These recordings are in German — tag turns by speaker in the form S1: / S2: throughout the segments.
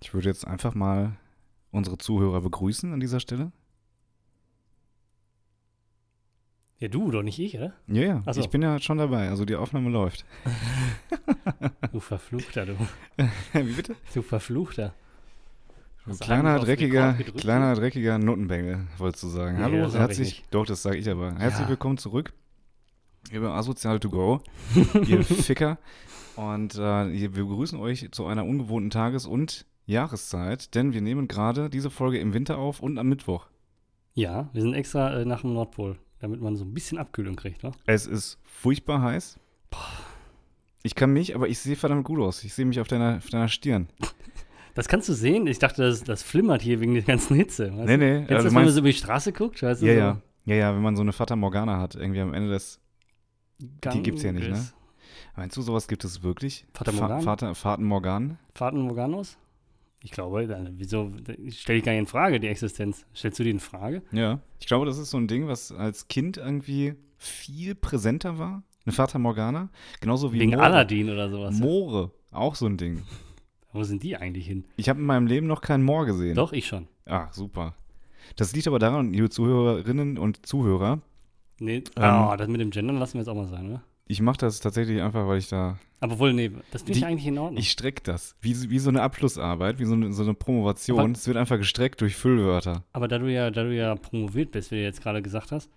S1: Ich würde jetzt einfach mal unsere Zuhörer begrüßen an dieser Stelle.
S2: Ja, du, doch nicht ich, oder?
S1: Ja, ja.
S2: Ach so.
S1: Ich bin ja schon dabei. Also die Aufnahme läuft.
S2: Du Verfluchter, du.
S1: Wie bitte?
S2: Du Verfluchter.
S1: Du
S2: Hast du
S1: kleiner,
S2: einmal auf
S1: dreckiger,
S2: Rekord gedrückt?
S1: kleiner, dreckiger Nuttenbengel, wolltest du sagen.
S2: Nee,
S1: Hallo,
S2: das sag ich
S1: herzlich. Doch, das sage ich aber. Herzlich
S2: Ja.
S1: willkommen zurück. Hier bei Asozial to Go, ihr Ficker. Und äh, hier- wir begrüßen euch zu einer ungewohnten Tages- und Jahreszeit, denn wir nehmen gerade diese Folge im Winter auf und am Mittwoch.
S2: Ja, wir sind extra äh, nach dem Nordpol, damit man so ein bisschen Abkühlung kriegt, ne?
S1: Es ist furchtbar heiß. Ich kann mich, aber ich sehe verdammt gut aus. Ich sehe mich auf deiner, auf deiner Stirn.
S2: Das kannst du sehen. Ich dachte, das, das flimmert hier wegen der ganzen Hitze. Weißt
S1: Nee,
S2: du?
S1: nee, also
S2: Kennst du das, wenn man
S1: meinst-
S2: so über die Straße guckt? Weißt
S1: Ja,
S2: du,
S1: ja. Ja, ja, wenn man so eine Fata Morgana hat, irgendwie am Ende des.
S2: So
S1: Die gibt's ja nicht, ne?
S2: Ganges.
S1: Meinst du, sowas gibt es wirklich?
S2: Fata
S1: Fa-
S2: Morgana?
S1: Fata, Faten Morgan?
S2: Fahrten Morganos? Ich glaube, dann- wieso stelle ich gar nicht in Frage, die Existenz. Stellst du die in Frage?
S1: Ja. Ich glaube, das ist so ein Ding, was als Kind irgendwie viel präsenter war. Eine Fata Morgana. Genauso wie
S2: Wegen
S1: Moore.
S2: Aladdin oder sowas.
S1: Moore, auch so ein Ding.
S2: Wo sind die eigentlich hin?
S1: Ich habe in meinem Leben noch keinen Moor gesehen.
S2: Doch, ich schon.
S1: Ah, super. Das liegt aber daran, liebe Zuhörerinnen und Zuhörer,
S2: Nee,
S1: Ähm.
S2: oh, das mit dem Gendern lassen wir jetzt auch mal sein, oder?
S1: ich mache das tatsächlich einfach, weil ich da
S2: Aber wohl, nee, das finde
S1: Die-
S2: ich eigentlich in Ordnung.
S1: Ich strecke das. Wie, so- wie so eine Abschlussarbeit, wie so eine, so eine Promovation.
S2: Aber-
S1: es wird einfach gestreckt durch Füllwörter.
S2: Aber da du ja, da du ja promoviert bist, wie du jetzt gerade gesagt hast,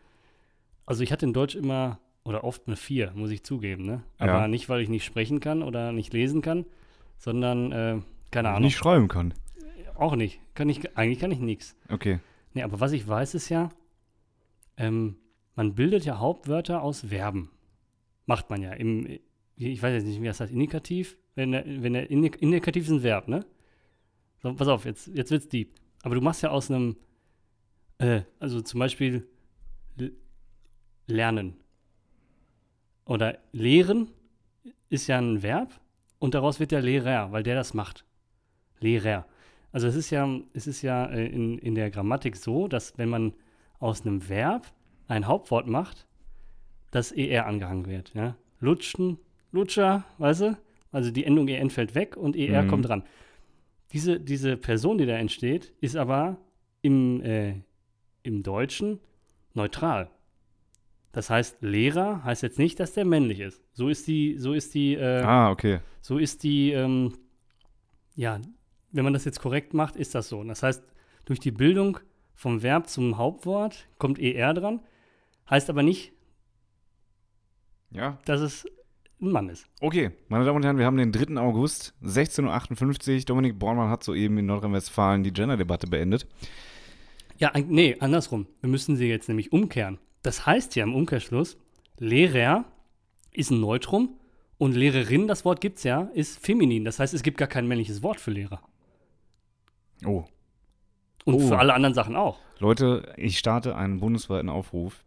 S2: also ich hatte in Deutsch immer oder oft eine 4, muss ich zugeben, ne? Aber
S1: Ja.
S2: nicht, weil ich nicht sprechen kann oder nicht lesen kann, sondern, äh, keine Ahnung,
S1: Nicht schreiben kann.
S2: auch nicht. Kann ich, eigentlich kann ich nichts.
S1: Okay.
S2: Nee, aber was ich weiß, ist ja, ähm, man bildet ja Hauptwörter aus Verben. Macht man ja. Im, ich weiß jetzt nicht, wie das heißt, Indikativ. Wenn der, wenn der Indi- Indikativ ist ein Verb, ne? So, pass auf, jetzt, jetzt wird's deep. Aber du machst ja aus einem, äh, also zum Beispiel l- lernen. Oder lehren ist ja ein Verb und daraus wird der Lehrer, weil der das macht. Lehrer. Also es ist ja, es ist ja äh, in, in der Grammatik so, dass wenn man aus einem Verb ein Hauptwort macht, das ER angehangen wird. Ja? Lutschen, Lutscher, weißt du? Also die Endung EN fällt weg und ER
S1: Mhm.
S2: kommt dran. Diese, diese Person, die da entsteht, ist aber im, äh, im Deutschen neutral. Das heißt, Lehrer heißt jetzt nicht, dass der männlich ist. So ist die, so ist die äh,
S1: Ah, okay.
S2: so ist die, ähm, ja, wenn man das jetzt korrekt macht, ist das so. Und Das heißt, durch die Bildung vom Verb zum Hauptwort kommt ER dran, heißt aber nicht,
S1: Ja.
S2: dass es ein Mann ist.
S1: Okay, meine Damen und Herren, wir haben den 3. August, 16.58 Uhr. Dominik Bornmann hat soeben in Nordrhein-Westfalen die Gender-Debatte beendet.
S2: Ja, eig- nee, andersrum. Wir müssen sie jetzt nämlich umkehren. Das heißt ja im Umkehrschluss, Lehrer ist ein Neutrum und Lehrerin, das Wort gibt's ja, ist feminin. Das heißt, es gibt gar kein männliches Wort für Lehrer.
S1: Oh.
S2: Und
S1: Oh.
S2: für alle anderen Sachen auch.
S1: Leute, ich starte einen bundesweiten Aufruf.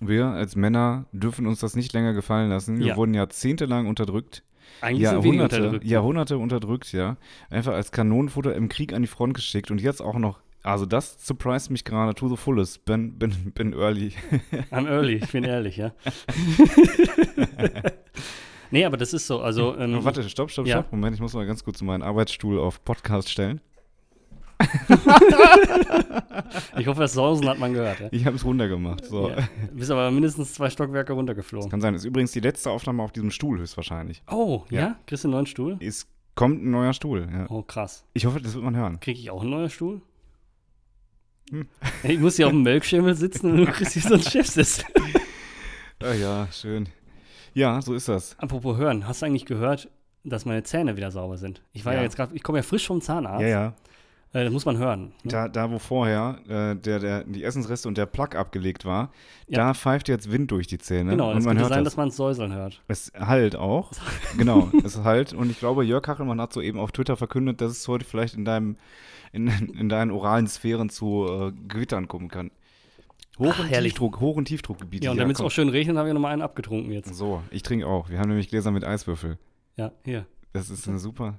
S1: Wir als Männer dürfen uns das nicht länger gefallen lassen. Wir
S2: Ja.
S1: wurden jahrzehntelang unterdrückt.
S2: Eigentlich sind wir die
S1: Jahrhunderte
S2: unterdrückt.
S1: Jahrhunderte unterdrückt, ja. Einfach als Kanonenfutter im Krieg an die Front geschickt und jetzt auch noch. Also das surprised mich gerade to the fullest. Bin, bin, bin early.
S2: I'm early, ich bin ehrlich, ja. nee, aber das ist so. Also, ähm,
S1: Warte, stopp, stopp,
S2: Ja.
S1: stopp. Moment, ich muss mal ganz kurz meinen Arbeitsstuhl auf Podcast stellen.
S2: ich hoffe, das Sausen hat man gehört. Ja.
S1: Ich habe es runtergemacht. So.
S2: Ja. Du bist aber mindestens zwei Stockwerke runtergeflogen.
S1: Kann sein. Ist übrigens die letzte Aufnahme auf diesem Stuhl höchstwahrscheinlich.
S2: Oh, ja?
S1: Ja.
S2: Kriegst du einen neuen Stuhl?
S1: Es kommt ein neuer Stuhl. Ja.
S2: Oh, krass.
S1: Ich hoffe, das wird man hören.
S2: Krieg ich auch einen neuen Stuhl?
S1: Hm.
S2: Ich muss hier auf dem Melkschemmel sitzen und du kriegst hier so einen Chefsessel.
S1: Ah ja, schön. Ja, so ist das.
S2: Apropos hören, hast du eigentlich gehört, dass meine Zähne wieder sauber sind? Ich war ja,
S1: Ja.
S2: jetzt gerade, ich komme ja frisch vom Zahnarzt.
S1: Ja, ja.
S2: Äh, das muss man hören. Ne?
S1: Da, da wo vorher äh, der, der, die Essensreste und der Plug abgelegt war,
S2: Ja.
S1: da pfeift jetzt Wind durch die Zähne.
S2: genau,
S1: ne? und
S2: das
S1: man
S2: könnte
S1: hört
S2: sein,
S1: das.
S2: dass man es säuseln hört.
S1: Es halt auch. genau, es halt. Und ich glaube, Jörg Kachelmann hat soeben auf Twitter verkündet, dass es heute vielleicht in, deinem, in, in deinen oralen Sphären zu äh, Gewittern kommen kann. Hoch-
S2: Ach,
S1: und
S2: herrlich.
S1: Tiefdruck, Hoch- und Tiefdruckgebiete.
S2: Ja, und
S1: hier,
S2: damit es
S1: komm.
S2: auch schön regnet, habe ich nochmal einen abgetrunken jetzt.
S1: So, ich trinke auch. Wir haben nämlich Gläser mit Eiswürfel.
S2: Ja, hier.
S1: Das ist eine super.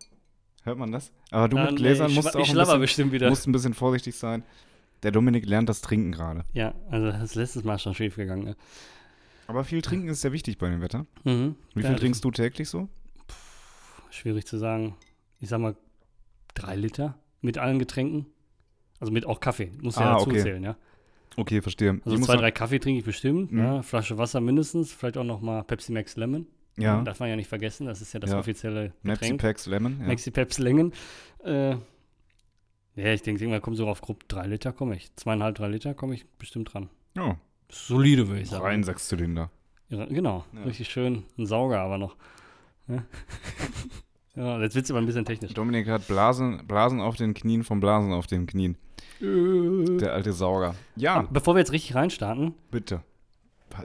S1: Hört man das? Aber du
S2: Ah,
S1: mit
S2: nee,
S1: Gläsern
S2: ich
S1: musst
S2: schla-
S1: auch
S2: Ich
S1: ein
S2: schlabber
S1: bisschen,
S2: bestimmt wieder.
S1: musst ein bisschen vorsichtig sein. Der Dominik lernt das Trinken gerade.
S2: Ja, also das ist letztes Mal schon schief gegangen. Ne?
S1: Aber viel trinken ist sehr wichtig bei dem Wetter.
S2: Mhm.
S1: Wie
S2: ja,
S1: viel
S2: das
S1: trinkst du täglich so?
S2: ist Schwierig zu sagen. Ich sag mal drei Liter mit allen Getränken. Also mit auch Kaffee. Muss ja
S1: Ah,
S2: dazu
S1: okay.
S2: zählen, ja.
S1: Okay, verstehe.
S2: Also
S1: Ich muss
S2: zwei,
S1: mal-
S2: drei Kaffee trinke ich bestimmt.
S1: Mhm.
S2: Ne? Flasche Wasser mindestens. Vielleicht auch noch mal Pepsi Max Lemon.
S1: ja,
S2: Darf man ja nicht vergessen. Das ist ja das
S1: Ja.
S2: offizielle
S1: Nepsi
S2: Getränk.
S1: Packs Lemon. Ja.
S2: Maxi Peps Längen. Äh, ja, ich denke, irgendwann komme so auf grob drei Liter komme ich. Zweieinhalb, drei Liter komme ich bestimmt dran.
S1: Ja,
S2: Solide, würde ich sagen.
S1: Oh, rein Sechszylinder.
S2: Ja, genau,
S1: Ja.
S2: richtig schön. Ein Sauger aber noch. Ja, ja jetzt wird es aber ein bisschen technisch.
S1: Dominik hat Blasen, Blasen auf den Knien vom Blasen auf den Knien.
S2: Äh,
S1: Der alte Sauger. Ja,
S2: Ah, Bevor wir jetzt richtig reinstarten,
S1: bitte.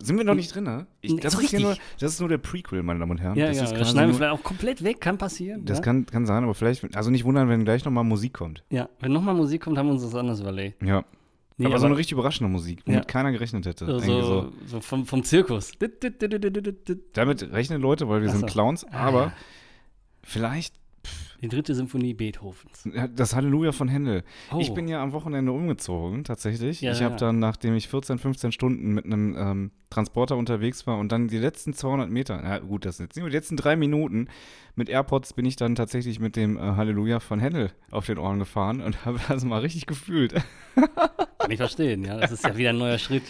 S1: Sind wir noch nicht drin, ne? Ich,
S2: Ist
S1: das, ist hier
S2: Hm. richtig.
S1: nur, das ist nur der Prequel, meine Damen und Herren.
S2: ja,
S1: das
S2: ja,
S1: ist
S2: das
S1: quasi
S2: schneiden wir
S1: nur-
S2: vielleicht auch komplett weg, kann passieren. ne?
S1: Das
S2: ja?
S1: kann, kann sein, aber vielleicht, also nicht wundern, wenn gleich nochmal Musik kommt.
S2: ja, wenn nochmal Musik kommt, haben wir uns das anders überlegt.
S1: Ja.
S2: Nee,
S1: aber, so eine richtig überraschende Musik, womit
S2: Ja. Also-
S1: keiner gerechnet hätte.
S2: so,
S1: Irgendwie
S2: so,
S1: so.
S2: so vom, vom Zirkus. Dit, dit, dit, dit, dit, dit, dit.
S1: Damit rechnen Leute, weil wir
S2: Ach
S1: sind
S2: so.
S1: Clowns,
S2: Ah,
S1: aber
S2: ja.
S1: vielleicht
S2: Die dritte Symphonie Beethovens.
S1: das Halleluja von Händel.
S2: Oh,
S1: Ich bin ja am Wochenende umgezogen, tatsächlich.
S2: Ja,
S1: ich
S2: ja,
S1: habe
S2: ja.
S1: dann, nachdem ich 14, 15 Stunden mit einem ähm, Transporter unterwegs war und dann die letzten 200 Meter, na gut, das sind jetzt nicht, aber die letzten drei Minuten mit AirPods bin ich dann tatsächlich mit dem äh, Halleluja von Händel auf den Ohren gefahren und habe das mal richtig gefühlt.
S2: kann ich verstehen, ja. Das ist ja wieder ein neuer Schritt.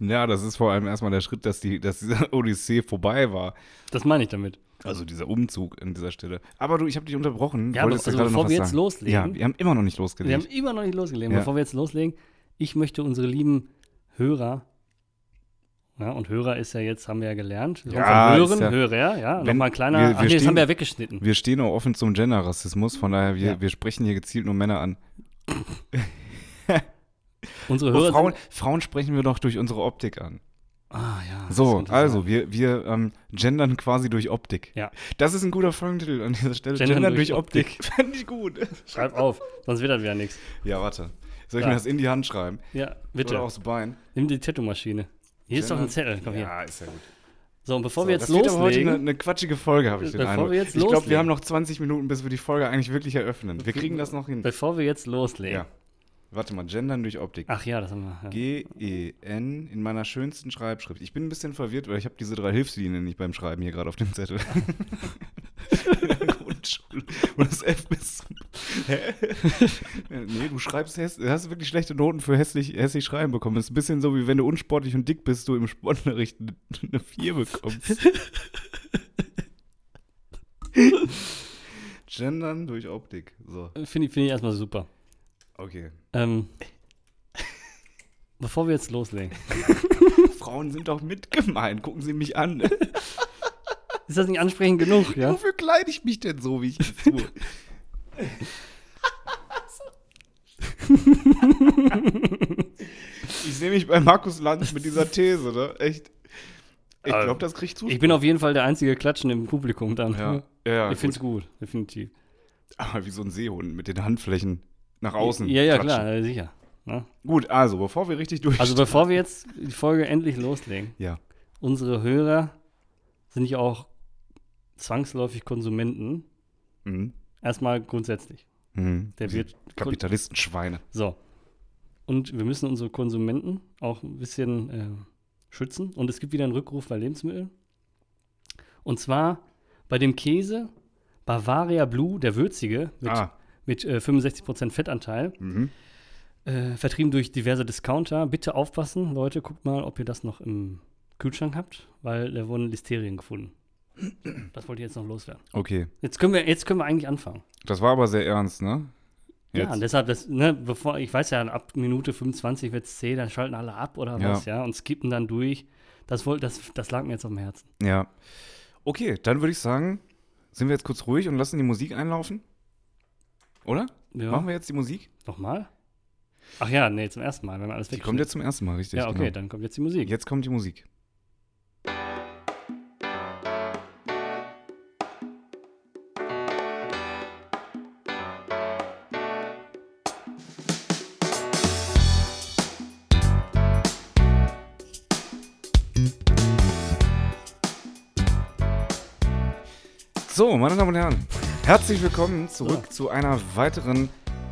S2: Ne?
S1: Ja, das ist vor allem erstmal der Schritt, dass, die, dass diese Odyssee vorbei war.
S2: Das meine ich damit.
S1: Also dieser Umzug an dieser Stelle. Aber du, ich habe dich unterbrochen.
S2: Ja,
S1: Wolltest du
S2: aber- also
S1: gerade noch
S2: bevor
S1: was
S2: wir jetzt
S1: sagen? Ja,
S2: loslegen-
S1: wir haben immer noch nicht
S2: Wir haben
S1: losgelegt.
S2: immer noch nicht losgelegt.
S1: Ja.
S2: Bevor wir jetzt loslegen, ich möchte unsere lieben Hörer, ja, und Hörer ist ja jetzt, haben wir ja gelernt. So
S1: Ja,
S2: von
S1: ist
S2: Hören,
S1: ja-
S2: Hörer, ja.
S1: Wenn-
S2: Nochmal ein kleiner.
S1: wir- wir
S2: ach nee, das
S1: stehen-
S2: haben wir ja weggeschnitten.
S1: Wir stehen auch offen zum Genderrassismus, von daher, wir,
S2: Ja.
S1: wir sprechen hier gezielt nur Männer an.
S2: unsere
S1: Oh,
S2: Hörer.
S1: Frauen,
S2: Sind,
S1: Frauen sprechen wir doch durch unsere Optik an.
S2: ah, ja. das
S1: So,
S2: könnte
S1: also
S2: sein.
S1: wir, wir ähm, gendern quasi durch Optik.
S2: Ja.
S1: Das ist ein guter Folgentitel an dieser Stelle.
S2: Gendern
S1: Gendern,
S2: durch
S1: durch, Optik. Fand ich gut.
S2: Schreib auf, sonst wird das wieder nichts.
S1: Ja, warte. Soll ich
S2: Ja.
S1: mir das in die Hand schreiben?
S2: Ja,
S1: Oder
S2: bitte.
S1: aufs Bein?
S2: Nimm die Tattoo-Maschine. Hier ist doch ein Zettel. Komm hier.
S1: Ja, ist ja gut.
S2: So, und bevor
S1: So,
S2: wir jetzt
S1: das wird aber heute eine,
S2: loslegen.
S1: eine quatschige Folge, habe ich den
S2: Bevor
S1: Eindruck.
S2: wir jetzt
S1: ich glaube,
S2: loslegen.
S1: wir haben noch 20 Minuten, bis wir die Folge eigentlich wirklich eröffnen. Wir kriegen das noch hin.
S2: Bevor wir jetzt loslegen.
S1: Ja. Warte mal, gendern durch Optik.
S2: Ach ja, das haben wir. Ja.
S1: G-E-N E in meiner schönsten Schreibschrift. Ich bin ein bisschen verwirrt, weil ich habe diese drei Hilfslinien nicht beim Schreiben hier gerade auf dem Zettel. Grundschule. Und das F bis zum. Hä? nee, du schreibst häss hast wirklich schlechte Noten für hässlich, hässlich Schreiben bekommen. Das ist ein bisschen so, wie wenn du unsportlich und dick bist, du im Sportunterricht eine- eine 4 bekommst. Gendern durch Optik. So,
S2: Finde ich, find ich erstmal super.
S1: okay.
S2: Ähm, bevor wir jetzt loslegen.
S1: Frauen sind doch mitgemeint. Gucken Sie mich an.
S2: Ist das nicht ansprechend genug, ja?
S1: Wofür kleide ich mich denn so, wie ich es tue? ich sehe mich bei Markus Lanz mit dieser These, ne? Echt. Ich
S2: Aber
S1: glaube, das kriegt zu.
S2: Also, Ich bin auf jeden Fall der einzige Klatschen im Publikum dann.
S1: ja, ja, ja
S2: ich finde es gut, definitiv.
S1: gut. aber wie so ein Seehund mit den Handflächen nach außen.
S2: Ja, ja,
S1: klatschen.
S2: klar, äh, sicher. Ne?
S1: Gut, also, bevor wir richtig durch.
S2: Also bevor wir jetzt die Folge endlich loslegen,
S1: ja,
S2: unsere Hörer sind ja auch zwangsläufig Konsumenten.
S1: mhm.
S2: Erstmal grundsätzlich.
S1: Mhm.
S2: Der wird
S1: Kapitalistenschweine.
S2: So. Und wir müssen unsere Konsumenten auch ein bisschen äh, schützen. Und es gibt wieder einen Rückruf bei Lebensmitteln. Und zwar bei dem Käse Bavaria Blue, der würzige, mit,
S1: Ah,
S2: mit äh, 65% Fettanteil,
S1: mhm.
S2: äh, vertrieben durch diverse Discounter. Bitte aufpassen, Leute, guckt mal, ob ihr das noch im Kühlschrank habt, weil da wurden Listerien gefunden. Das wollte ich jetzt noch loswerden.
S1: okay.
S2: Jetzt können wir, jetzt können wir eigentlich anfangen.
S1: Das war aber sehr ernst, ne?
S2: Ja, und deshalb, das, ne, bevor, ich weiß ja, ab Minute 25 wird es zäh, dann schalten alle ab oder
S1: Ja.
S2: was, ja, und skippen dann durch. Das, wollt, das, das lag mir jetzt auf dem Herzen.
S1: Ja. Okay, dann würde ich sagen, sind wir jetzt kurz ruhig und lassen die Musik einlaufen? Oder?
S2: Ja.
S1: Machen wir jetzt die Musik?
S2: Nochmal? Ach ja, nee, zum ersten Mal, wenn wir alles
S1: Die kommt
S2: wegschneiden.
S1: jetzt zum ersten Mal, richtig?
S2: Ja, okay,
S1: genau.
S2: dann kommt jetzt die Musik.
S1: Jetzt kommt die Musik. So, meine Damen und Herren, herzlich willkommen zurück zu einer weiteren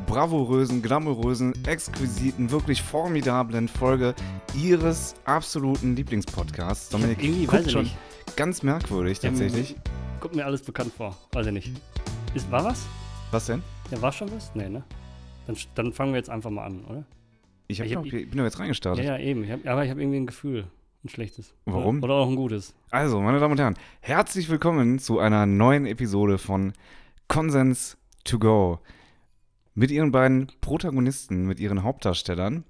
S1: bravourösen, glamourösen, exquisiten, wirklich formidablen Folge Ihres absoluten Lieblingspodcasts. Dominik,
S2: irgendwie,
S1: guckt
S2: weiß ich
S1: schon
S2: nicht.
S1: ganz merkwürdig tatsächlich.
S2: Kommt mir alles bekannt vor, weiß ich nicht. Ist, war was?
S1: Was denn?
S2: Ja, war schon was? Nee, ne? Dann, sch- dann fangen wir jetzt einfach mal an, oder?
S1: Ich, hab
S2: Ich hab-
S1: doch, ich bin doch jetzt
S2: Ja,
S1: reingestartet.
S2: ja, eben. Ich hab, aber ich habe irgendwie ein Gefühl. Ein schlechtes.
S1: Warum?
S2: Oder, oder auch ein gutes.
S1: Also, meine Damen und Herren, herzlich willkommen zu einer neuen Episode von Konsens to go. Mit ihren beiden Protagonisten, mit ihren Hauptdarstellern,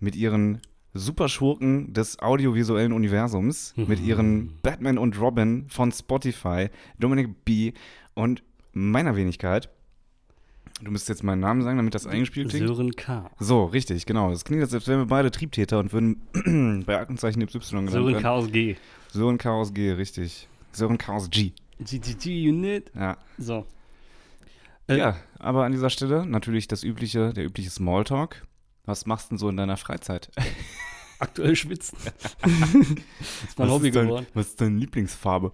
S1: mit ihren Superschurken des audiovisuellen Universums, mit
S2: Mhm.
S1: ihren Batman und Robin von Spotify, Dominic B. und meiner Wenigkeit. Du müsstest jetzt meinen Namen sagen, damit das eingespielt klingt.
S2: Sören K.
S1: So, richtig, genau. Es klingt, jetzt, als wären wir beide Triebtäter und würden bei Aktenzeichen Y genannt
S2: Sören
S1: werden.
S2: K aus G.
S1: Sören Chaos G, richtig. Sören Chaos G.
S2: GGG Unit.
S1: Ja.
S2: So. Äh,
S1: ja, aber an dieser Stelle natürlich das übliche, der übliche Smalltalk. Was machst du denn so in deiner Freizeit?
S2: Aktuell schwitzen. ist mein
S1: was
S2: Hobby
S1: ist dein,
S2: geworden.
S1: Was ist deine Lieblingsfarbe?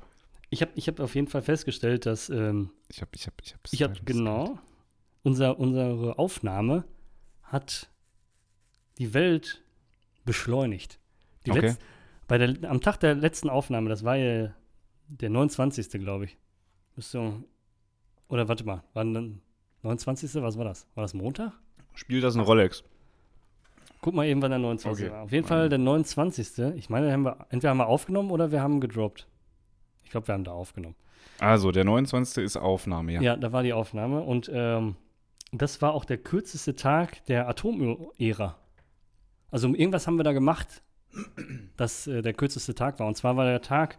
S2: Ich habe ich hab auf jeden Fall festgestellt, dass ähm,
S1: Ich hab, ich hab, ich hab.
S2: ich habe
S1: Stylus.
S2: genau unser, unsere Aufnahme hat die Welt beschleunigt. Die
S1: Okay.
S2: letz- bei der, am Tag der letzten Aufnahme, das war ja der 29. glaube ich. Müsste um- oder warte mal, war denn 29. was war das? War das Montag?
S1: Spielt das eine Rolex?
S2: Guck mal eben, wann der 29.
S1: Okay.
S2: war. Auf jeden Fall der 29. Ich meine, haben wir, entweder haben wir aufgenommen oder wir haben gedroppt. Ich glaube, wir haben da aufgenommen.
S1: Also, der 29. ist Aufnahme, ja.
S2: Ja, da war die Aufnahme und ähm, das war auch der kürzeste Tag der Atom-Ära. Also um irgendwas haben wir da gemacht, dass äh, der kürzeste Tag war. Und zwar war der Tag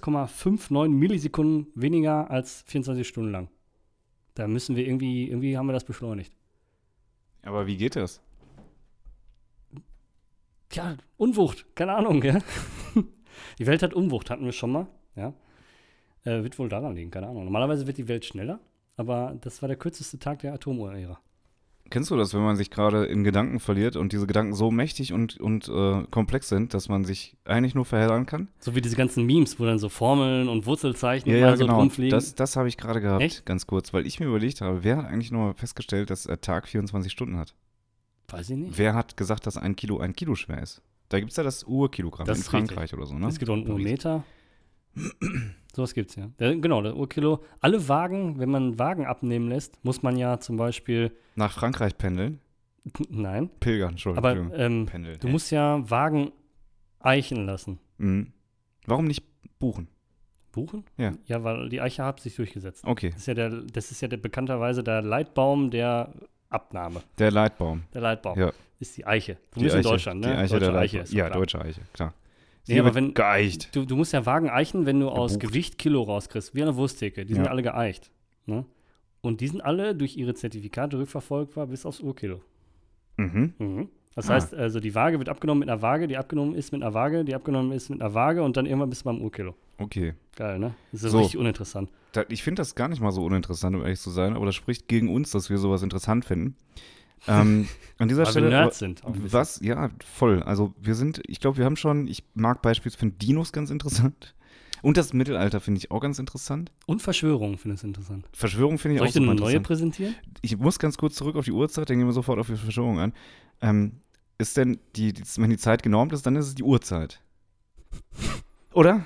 S2: 1,59 Millisekunden weniger als 24 Stunden lang. Da müssen wir irgendwie, irgendwie haben wir das beschleunigt.
S1: Aber wie geht das?
S2: Tja, Unwucht, keine Ahnung, ja. Die Welt hat Unwucht, hatten wir schon mal, ja. Äh, wird wohl daran liegen, keine Ahnung. Normalerweise wird die Welt schneller, aber das war der kürzeste Tag der Atom-Ära.
S1: Kennst du das, wenn man sich gerade in Gedanken verliert und diese Gedanken so mächtig und, und äh, komplex sind, dass man sich eigentlich nur verheddern kann?
S2: So wie diese ganzen Memes, wo dann so Formeln und Wurzelzeichen
S1: Ja,
S2: immer
S1: ja,
S2: so
S1: genau.
S2: rumfliegen.
S1: Das, das habe ich gerade gehabt,
S2: Echt?
S1: ganz kurz, weil ich mir überlegt habe, wer hat eigentlich nochmal festgestellt, dass der Tag 24 Stunden hat?
S2: Weiß ich nicht.
S1: Wer hat gesagt, dass ein Kilo ein Kilo schwer ist? Da gibt es ja das Urkilogramm
S2: Das
S1: in
S2: ist richtig.
S1: Frankreich oder so, ne?
S2: Es gibt auch einen
S1: Paris.
S2: Urmeter. Sowas gibt's ja. Der, genau, der Urkilo. Alle Wagen, wenn man Wagen abnehmen lässt, muss man ja zum Beispiel,
S1: Nach Frankreich pendeln?
S2: nein,
S1: Pilgern, Entschuldigung.
S2: aber ähm,
S1: pendeln.
S2: du musst ja Wagen eichen lassen.
S1: Mhm. Warum nicht buchen?
S2: Buchen?
S1: Ja.
S2: Ja, weil die Eiche hat sich durchgesetzt.
S1: Okay,
S2: Das ist ja, der, das ist ja der, bekannterweise der Leitbaum der Abnahme.
S1: der Leitbaum.
S2: Der Leitbaum
S1: Ja.
S2: ist die Eiche. Du
S1: Die
S2: bist in
S1: Eiche.
S2: Deutschland, ne?
S1: Die Eiche
S2: Deutsche
S1: der
S2: Eiche
S1: Leitbaum.
S2: ist
S1: Ja,
S2: klar.
S1: deutsche Eiche, klar.
S2: Nee,
S1: Sie
S2: aber
S1: wird
S2: wenn-
S1: Geeicht.
S2: Du, du musst ja Wagen eichen, wenn du aus
S1: Gebucht.
S2: Gewicht Kilo rauskriegst, wie an der Wursttheke. Die sind
S1: Ja.
S2: alle geeicht. Ne? Und die sind alle durch ihre Zertifikate rückverfolgbar bis aufs Urkilo.
S1: Mhm.
S2: Mhm. Das
S1: Ah.
S2: heißt, also die Waage wird abgenommen mit einer Waage, die abgenommen ist mit einer Waage, die abgenommen ist mit einer Waage und dann irgendwann bist du beim Urkilo.
S1: Okay.
S2: Geil, ne? Das ist
S1: So.
S2: so. richtig uninteressant.
S1: Da, ich finde das gar nicht mal so uninteressant, um ehrlich zu sein, aber das spricht gegen uns, dass wir sowas interessant finden. Ähm, an dieser
S2: Weil wir
S1: Stelle.
S2: Also Nerds sind. auch ein bisschen.
S1: Was? Ja, voll. Also wir sind, ich glaube, wir haben schon, ich mag beispielsweise, finde Dinos ganz interessant. Und das Mittelalter finde ich auch ganz interessant.
S2: Und Verschwörungen finde ich interessant.
S1: Verschwörung finde ich
S2: Soll
S1: auch
S2: ich denn
S1: super
S2: eine neue
S1: interessant.
S2: präsentieren?
S1: Ich muss ganz kurz zurück auf die Uhrzeit, dann gehen wir sofort auf die Verschwörung an. Ähm, ist denn, die, die, wenn die Zeit genormt ist, dann ist es die Uhrzeit. Oder?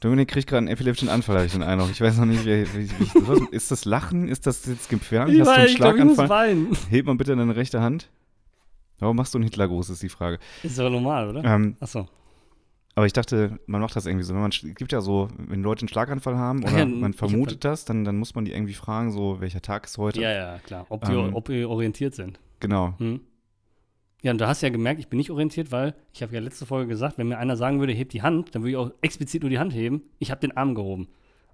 S1: Dominik kriegt gerade einen epileptischen Anfall, habe ich den Eindruck. Ich weiß noch nicht, wie, wie, wie was, ist das Lachen? Ist das jetzt gefährlich? Hast du einen
S2: ich glaub, ich muss
S1: Schlaganfall?
S2: weinen.
S1: Heb mal bitte deine rechte Hand. Warum machst du einen Hitlergruß, ist die Frage.
S2: Ist doch normal, oder?
S1: Ähm,
S2: Achso.
S1: aber ich dachte, man macht das irgendwie so. Wenn man, sch- es gibt ja so, wenn Leute einen Schlaganfall haben
S2: Ach
S1: oder
S2: ja,
S1: man
S2: ich hab
S1: vermutet das, dann, dann muss man die irgendwie fragen, so, welcher Tag ist heute?
S2: Ja, ja, klar. Ob die,
S1: Ähm.
S2: ob die orientiert sind.
S1: Genau.
S2: Hm. Ja, und du hast ja gemerkt, ich bin nicht orientiert, weil ich habe ja letzte Folge gesagt, wenn mir einer sagen würde, heb die Hand, dann würde ich auch explizit nur die Hand heben. Ich habe den Arm gehoben.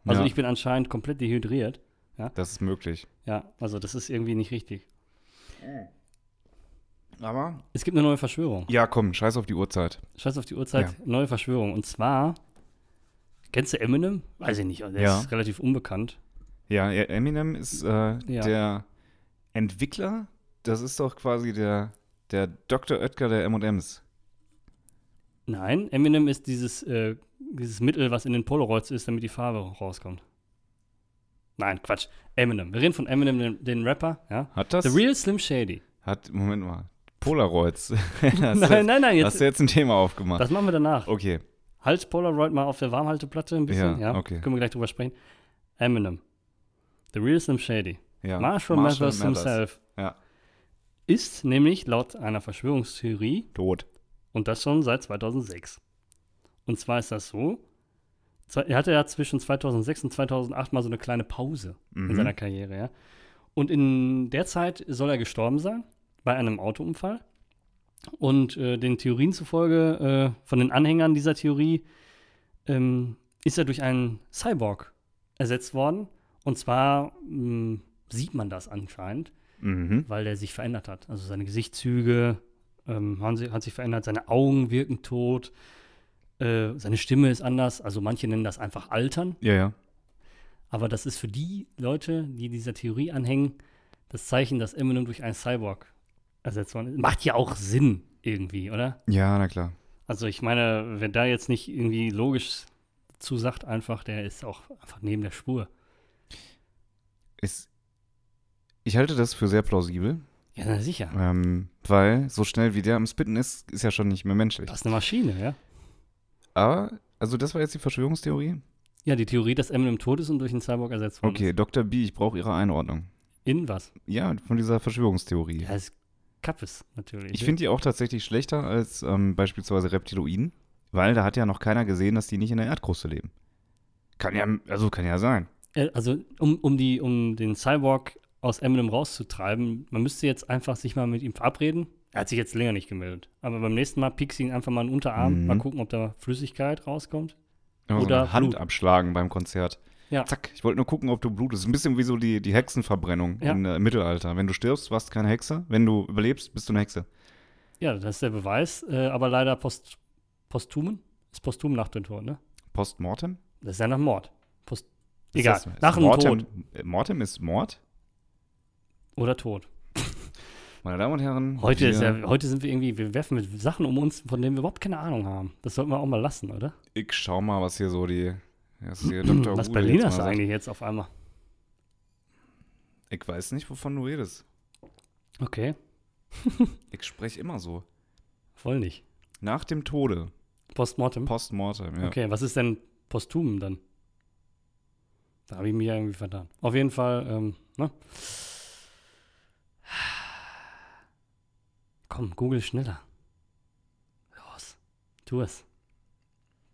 S2: Also
S1: ja,
S2: ich bin anscheinend komplett dehydriert.
S1: das ist möglich.
S2: Ja, also das ist irgendwie nicht richtig.
S1: Aber?
S2: Es gibt eine neue Verschwörung.
S1: Ja, komm, scheiß auf die Uhrzeit.
S2: Scheiß auf die Uhrzeit,
S1: Ja.
S2: neue Verschwörung. Und zwar, kennst du Eminem? Weiß ich nicht, also der
S1: Ja.
S2: ist relativ unbekannt.
S1: Ja, ja, Eminem ist äh,
S2: Ja.
S1: der Entwickler. Das ist doch quasi der, der Dr. Oetker der M&Ms.
S2: Nein, Eminem ist dieses, äh, dieses Mittel, was in den Polaroids ist, damit die Farbe rauskommt. Nein, Quatsch. Eminem. Wir reden von Eminem, den, den Rapper, ja.
S1: Hat das?
S2: The Real Slim Shady.
S1: hat, Moment mal, Polaroids. hast, du
S2: nein,
S1: jetzt,
S2: nein, nein,
S1: hast
S2: jetzt,
S1: du jetzt ein Thema aufgemacht?
S2: das machen wir danach.
S1: Okay.
S2: Halt Polaroid mal auf der Warmhalteplatte ein bisschen.
S1: Ja,
S2: Ja,
S1: okay.
S2: Können wir gleich drüber sprechen. Eminem. The Real Slim Shady,
S1: Ja.
S2: Marshall, Mathers himself,
S1: Ja.
S2: ist nämlich laut einer Verschwörungstheorie
S1: Tot.
S2: und das schon seit 2006. Und zwar ist das so, zwei- er hatte ja zwischen 2006 und 2008 mal so eine kleine Pause in
S1: Mhm.
S2: seiner Karriere, ja. Und in der Zeit soll er gestorben sein, bei einem Autounfall. Und äh, den Theorien zufolge, äh, von den Anhängern dieser Theorie, ähm, ist er durch einen Cyborg ersetzt worden. Und zwar mh, sieht man das anscheinend,
S1: Mhm.
S2: weil der sich verändert hat. Also seine Gesichtszüge ähm, haben sie, hat sich verändert, seine Augen wirken tot, äh, seine Stimme ist anders. Also manche nennen das einfach Altern.
S1: Ja, ja.
S2: Aber das ist für die Leute, die dieser Theorie anhängen, das Zeichen, dass Eminem durch einen Cyborg ersetzt worden ist. Macht ja auch Sinn irgendwie, oder?
S1: Ja, na klar.
S2: Also ich meine, wenn da jetzt nicht irgendwie logisch zusagt, einfach, der ist auch einfach neben der Spur.
S1: Ist, ich halte das für sehr plausibel,
S2: Ja, na sicher.
S1: ähm, weil so schnell wie der am Spitten ist, ist ja schon nicht mehr menschlich.
S2: Das ist eine Maschine, ja?
S1: Aber, also das war jetzt die Verschwörungstheorie.
S2: Mhm. Ja, die Theorie, dass Eminem tot ist und durch einen Cyborg ersetzt worden
S1: Okay,
S2: ist.
S1: Dr. B, ich brauche Ihre Einordnung.
S2: In was?
S1: Ja, von dieser Verschwörungstheorie.
S2: Ja, das ist Kappes, natürlich. ne?
S1: Ich finde die auch tatsächlich schlechter als ähm, beispielsweise Reptiloiden, weil da hat ja noch keiner gesehen, dass die nicht in der Erdkruste leben. Kann ja, also kann ja sein.
S2: Äh, Also, um, um, die, um den Cyborg aus Eminem rauszutreiben, man müsste jetzt einfach sich mal mit ihm verabreden. Er hat sich jetzt länger nicht gemeldet. Aber beim nächsten Mal piekst ihn einfach mal in den Unterarm,
S1: Mhm.
S2: mal gucken, ob da Flüssigkeit rauskommt.
S1: Ja, so
S2: Oder
S1: eine Hand
S2: Blut.
S1: abschlagen beim Konzert.
S2: Ja.
S1: Zack, ich wollte nur gucken, ob du blutest. Ein bisschen wie so die, die Hexenverbrennung
S2: Ja.
S1: in, äh, im Mittelalter. Wenn du stirbst, warst du keine Hexe. Wenn du überlebst, bist du eine Hexe.
S2: Ja, das ist der Beweis. Äh, aber leider post, posthumen? Ist posthum nach dem Tod, ne?
S1: Postmortem?
S2: Das ist ja nach Mord. Post,
S1: Ist
S2: egal,
S1: das- ist
S2: nach dem
S1: Mortem,
S2: Tod
S1: äh, Mortem ist Mord?
S2: oder Tod.
S1: Meine Damen und Herren.
S2: Heute,
S1: wir-
S2: ist ja, heute sind wir irgendwie, wir werfen mit Sachen um uns, von denen wir überhaupt keine Ahnung haben. Das sollten wir auch mal lassen, oder?
S1: Ich schau mal, was hier so die. Was, hier Dr. Rude
S2: Was
S1: jetzt
S2: Berliner
S1: mal
S2: ist
S1: sagt.
S2: eigentlich jetzt auf einmal?
S1: Ich weiß nicht, wovon du redest.
S2: Okay,
S1: Ich spreche immer so.
S2: voll nicht.
S1: Nach dem Tode.
S2: Postmortem?
S1: Postmortem, ja.
S2: Okay, was ist denn posthum dann? Da habe ich mich ja irgendwie vertan. Auf jeden Fall, ähm, ne? Komm, google schneller. Los, tu es.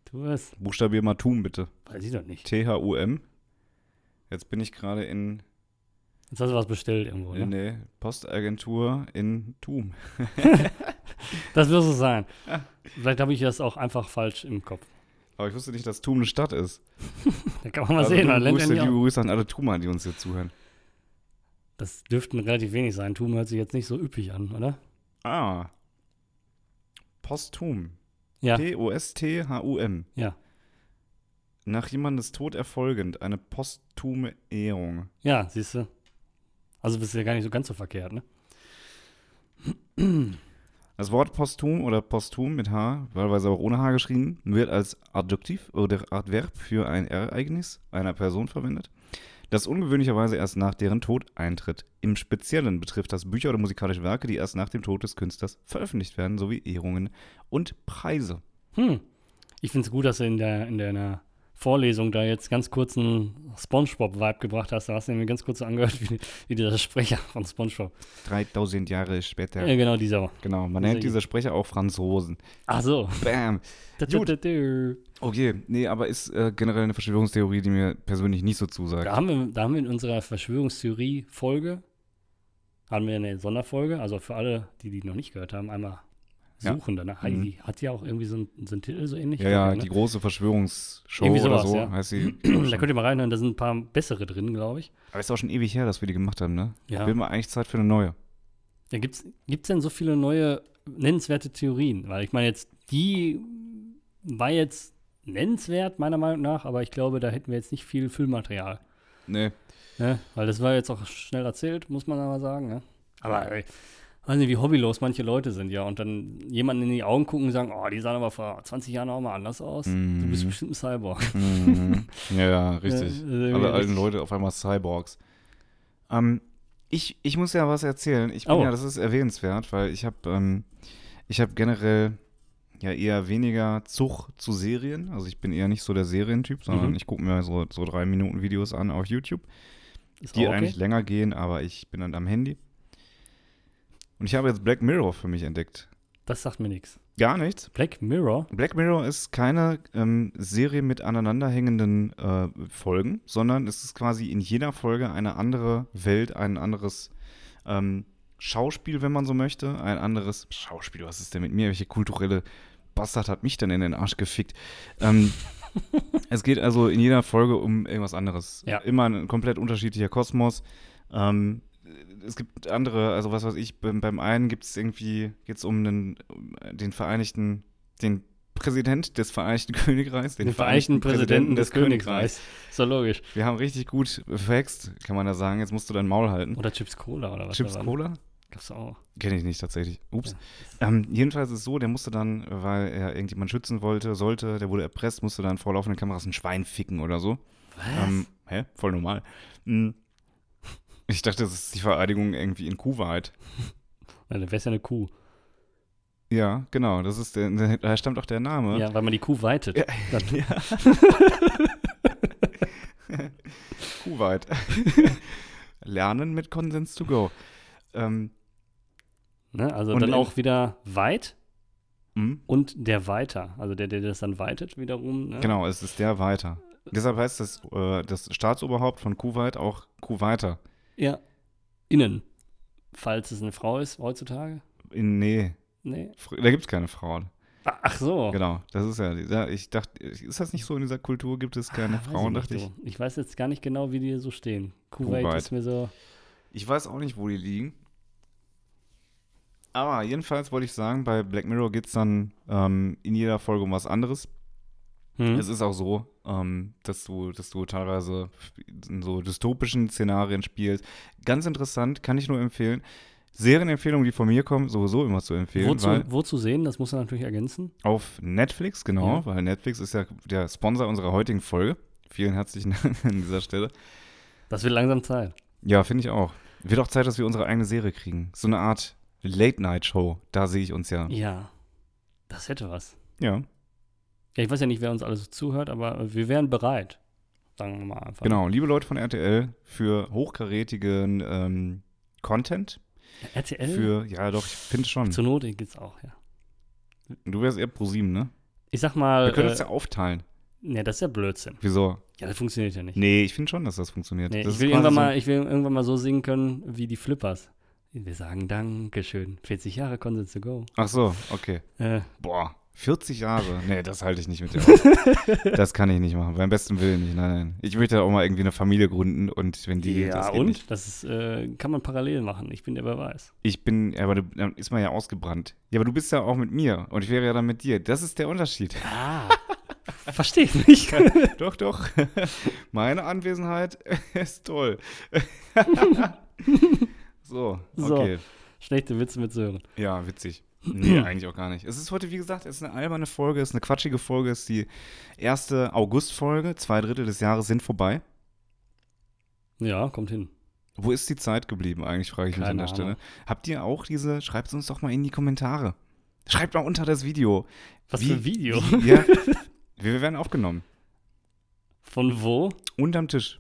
S2: Tu es.
S1: Buchstabier mal Tum, bitte.
S2: Weiß ich doch nicht.
S1: T-H-U-M. Jetzt bin ich gerade in,
S2: Jetzt hast du was bestellt irgendwo,
S1: in
S2: ne?
S1: der Postagentur in Tum.
S2: Das wird es sein. Vielleicht habe ich das auch einfach falsch im Kopf.
S1: Aber ich wusste nicht, dass Tum eine Stadt ist.
S2: Da kann man mal
S1: Also
S2: sehen.
S1: liebe
S2: Dann lernt
S1: Grüße,
S2: man ja
S1: liebe
S2: auch.
S1: Grüße an alle Tumer, die uns jetzt zuhören.
S2: Das dürften relativ wenig sein. Tum hört sich jetzt nicht so üppig an, oder?
S1: Ah. Posthum.
S2: Ja.
S1: P-O-S-T-H-U-M.
S2: Ja.
S1: Nach jemandes Tod erfolgend eine posthume Ehrung.
S2: Ja, siehst du. Also bist du ja gar nicht so ganz so verkehrt, ne?
S1: Das Wort posthum oder posthum mit H, wahlweise auch ohne H geschrieben, wird als Adjektiv oder Adverb für ein Ereignis einer Person verwendet, das ungewöhnlicherweise erst nach deren Tod eintritt. Im Speziellen betrifft das Bücher oder musikalische Werke, die erst nach dem Tod des Künstlers veröffentlicht werden, sowie Ehrungen und Preise.
S2: Hm. Ich finde es gut, dass du in, der, in deiner Vorlesung da jetzt ganz kurz einen Spongebob-Vibe gebracht hast. Da hast du mir ganz kurz so angehört, wie, wie dieser Sprecher von Spongebob.
S1: 3000 Jahre
S2: Ja,
S1: später.
S2: genau, dieser.
S1: Genau, man
S2: Dieser
S1: nennt diese Sprecher auch Franzosen.
S2: Ach so.
S1: Bam. Gut.
S2: Da
S1: Okay, nee, aber ist äh, generell eine Verschwörungstheorie, die mir persönlich nicht so zusagt.
S2: haben, wir, da haben wir in unserer Verschwörungstheorie-Folge, haben wir eine Sonderfolge, also für alle, die die noch nicht gehört haben, einmal
S1: Ja. Mhm.
S2: suchen danach. Heidi hat ja auch irgendwie so einen, so einen Titel, so ähnlich.
S1: Ja, ja,
S2: ne?
S1: die große Verschwörungsshow
S2: Irgendwie
S1: oder
S2: sowas,
S1: so
S2: ja.
S1: heißt sie.
S2: Da könnt ihr mal reinhören, da sind ein paar bessere drin, glaube ich.
S1: Aber ist auch schon ewig her, dass wir die gemacht haben, ne?
S2: Ja.
S1: Will man eigentlich Zeit für eine neue.
S2: Ja, gibt's, gibt's denn so viele neue nennenswerte Theorien? Weil ich meine jetzt, die war jetzt nennenswert, meiner Meinung nach, aber ich glaube, da hätten wir jetzt nicht viel Füllmaterial.
S1: Nee.
S2: Ne? Weil das war jetzt auch schnell erzählt, muss man aber sagen. Ne? Aber äh, weiß nicht, wie hobbylos manche Leute sind, ja. Und dann jemanden in die Augen gucken und sagen, oh, die sahen aber vor 20 Jahren auch mal anders aus. Du bist bestimmt ein Cyborg.
S1: Mhm. ja, ja, Mhm. richtig.
S2: Ja, also irgendwie
S1: Alle alten
S2: richtig.
S1: Leute auf einmal Cyborgs. Ähm, ich, ich muss ja was erzählen. Ich bin
S2: Oh.
S1: ja, das ist erwähnenswert, weil ich habe ähm, ich habe generell ja eher weniger Zug zu Serien. Also ich bin eher nicht so der Serientyp, sondern
S2: Mhm.
S1: ich gucke mir so, so drei Minuten Videos an auf YouTube.
S2: Ist
S1: die
S2: auch okay.
S1: eigentlich länger gehen, aber ich bin dann am Handy. Und ich habe jetzt Black Mirror für mich entdeckt.
S2: Das sagt mir nichts.
S1: Gar nichts.
S2: Black Mirror?
S1: Black Mirror ist keine ähm, Serie mit aneinanderhängenden äh, Folgen, sondern es ist quasi in jeder Folge eine andere Welt, ein anderes ähm, Schauspiel, wenn man so möchte. Ein anderes Schauspiel, was ist denn mit mir? Welche kulturelle Bastard hat mich denn in den Arsch gefickt? Ähm, es geht also in jeder Folge um irgendwas anderes.
S2: Ja.
S1: Immer ein komplett unterschiedlicher Kosmos. Ähm, es gibt andere, also was weiß ich, beim, beim einen gibt es irgendwie, geht es um den, um den Vereinigten, den Präsident des Vereinigten Königreichs,
S2: Den, Vereinigten Präsidenten des, Königreichs. Ist doch logisch.
S1: Wir haben richtig gut verhext, kann man da sagen. Jetzt musst du dein Maul halten.
S2: Oder Chips Cola oder was
S1: Chips
S2: da war. ne?
S1: Cola?
S2: Gab's auch.
S1: Kenne ich nicht tatsächlich. Ups. Ähm, jedenfalls ist es so, der musste dann, weil er irgendjemand schützen wollte, sollte, der wurde erpresst, musste dann vor laufenden Kameras ein Schwein ficken oder so.
S2: Was?
S1: Ähm, hä? Voll normal. Hm. Ich dachte, das ist die Vereidigung irgendwie in Kuwait.
S2: Na, dann wär's ja eine Kuh.
S1: Ja, genau. Das ist der, daher stammt auch der Name.
S2: Ja, weil man die Kuh weitet.
S1: Ja.
S2: Dann,
S1: Kuwait. Lernen mit Konsens to go. Ähm,
S2: ne? Also
S1: Und
S2: dann
S1: in-
S2: auch wieder weit
S1: hm?
S2: und der Weiter. Also der, der das dann weitet wiederum. Ne?
S1: Genau, es ist der Weiter. Deshalb heißt das, äh, das Staatsoberhaupt von Kuwait auch Kuwaiter.
S2: Ja. Innen. Falls es eine Frau ist heutzutage.
S1: In, nee,
S2: Nee.
S1: fr- da gibt es keine Frauen.
S2: Ach ach so.
S1: Genau, das ist ja, da, ich dachte, ist das nicht so in dieser Kultur, gibt es keine
S2: Ah, Weiß ich
S1: Frauen,
S2: nicht
S1: dachte ich.
S2: so. Ich weiß jetzt gar nicht genau, wie die so stehen. Kuwait,
S1: Kuwait.
S2: ist mir so.
S1: Ich weiß auch nicht, wo die liegen. Aber jedenfalls wollte ich sagen, bei Black Mirror geht es dann ähm, in jeder Folge um was anderes.
S2: Hm?
S1: Es ist auch so, ähm, dass, du, dass du teilweise in so dystopischen Szenarien spielst. Ganz interessant, kann ich nur empfehlen. Serienempfehlungen, die von mir kommen, sowieso immer zu empfehlen. weil
S2: Wozu, wozu sehen? Das muss man natürlich ergänzen.
S1: Auf Netflix, genau,
S2: Ja.
S1: weil Netflix ist ja der Sponsor unserer heutigen Folge. Vielen herzlichen Dank an dieser Stelle.
S2: Das wird langsam Zeit.
S1: Ja, finde ich auch. Wird auch Zeit, dass wir unsere eigene Serie kriegen. So eine Art Late-Night-Show. Da sehe ich uns ja.
S2: Ja. Das hätte was.
S1: Ja,
S2: Ja, ich weiß ja nicht, wer uns alles zuhört, aber wir wären bereit. Sagen wir mal einfach.
S1: genau. Liebe Leute von RTL, für hochkarätigen ähm, Content.
S2: RTL?
S1: Für, ja doch, ich finde schon.
S2: Zur Not geht's auch, ja.
S1: Du wärst eher ProSieben, ne?
S2: Ich sag mal.
S1: Wir können
S2: äh,
S1: das ja aufteilen.
S2: Nee, das ist ja Blödsinn.
S1: Wieso?
S2: Ja, das funktioniert ja nicht.
S1: Nee, ich finde schon, dass das funktioniert.
S2: Nee,
S1: das
S2: ich, will
S1: quasi
S2: irgendwann
S1: so-
S2: mal, ich will irgendwann mal so singen können wie die Flippers. Wir sagen Dankeschön. 40 Jahre Konsens to go.
S1: Ach so, okay.
S2: Äh,
S1: Boah, 40 Jahre. Nee, das halte ich nicht mit dir aus. das kann ich nicht machen. Beim besten Willen nicht. Nein, nein. Ich möchte auch mal irgendwie eine Familie gründen und wenn die.
S2: ja,
S1: das geht
S2: und?
S1: Nicht.
S2: Das ist, äh, kann man parallel machen. Ich bin der Beweis.
S1: Ich bin, aber du, dann ist man ja ausgebrannt. Ja, aber du bist ja auch mit mir und ich wäre ja dann mit dir. Das ist der Unterschied.
S2: Ah. Verstehe ich nicht.
S1: doch, doch. Meine Anwesenheit ist toll. so,
S2: So.
S1: okay.
S2: Schlechte Witze mit Sören.
S1: Ja, witzig. Nee, eigentlich auch gar nicht. Es ist heute, wie gesagt, es ist eine alberne Folge, es ist eine quatschige Folge, es ist die erste August-Folge. Zwei Drittel des Jahres sind vorbei.
S2: Ja, kommt hin.
S1: Wo ist die Zeit geblieben eigentlich, frage ich mich an
S2: Keine
S1: der Stelle.
S2: Ahnung.
S1: Habt ihr auch diese, schreibt es uns doch mal in die Kommentare. Schreibt mal unter das Video.
S2: Was
S1: Wie-
S2: für ein Video?
S1: Wie ihr, wir wir werden aufgenommen.
S2: Von wo?
S1: Unterm Tisch.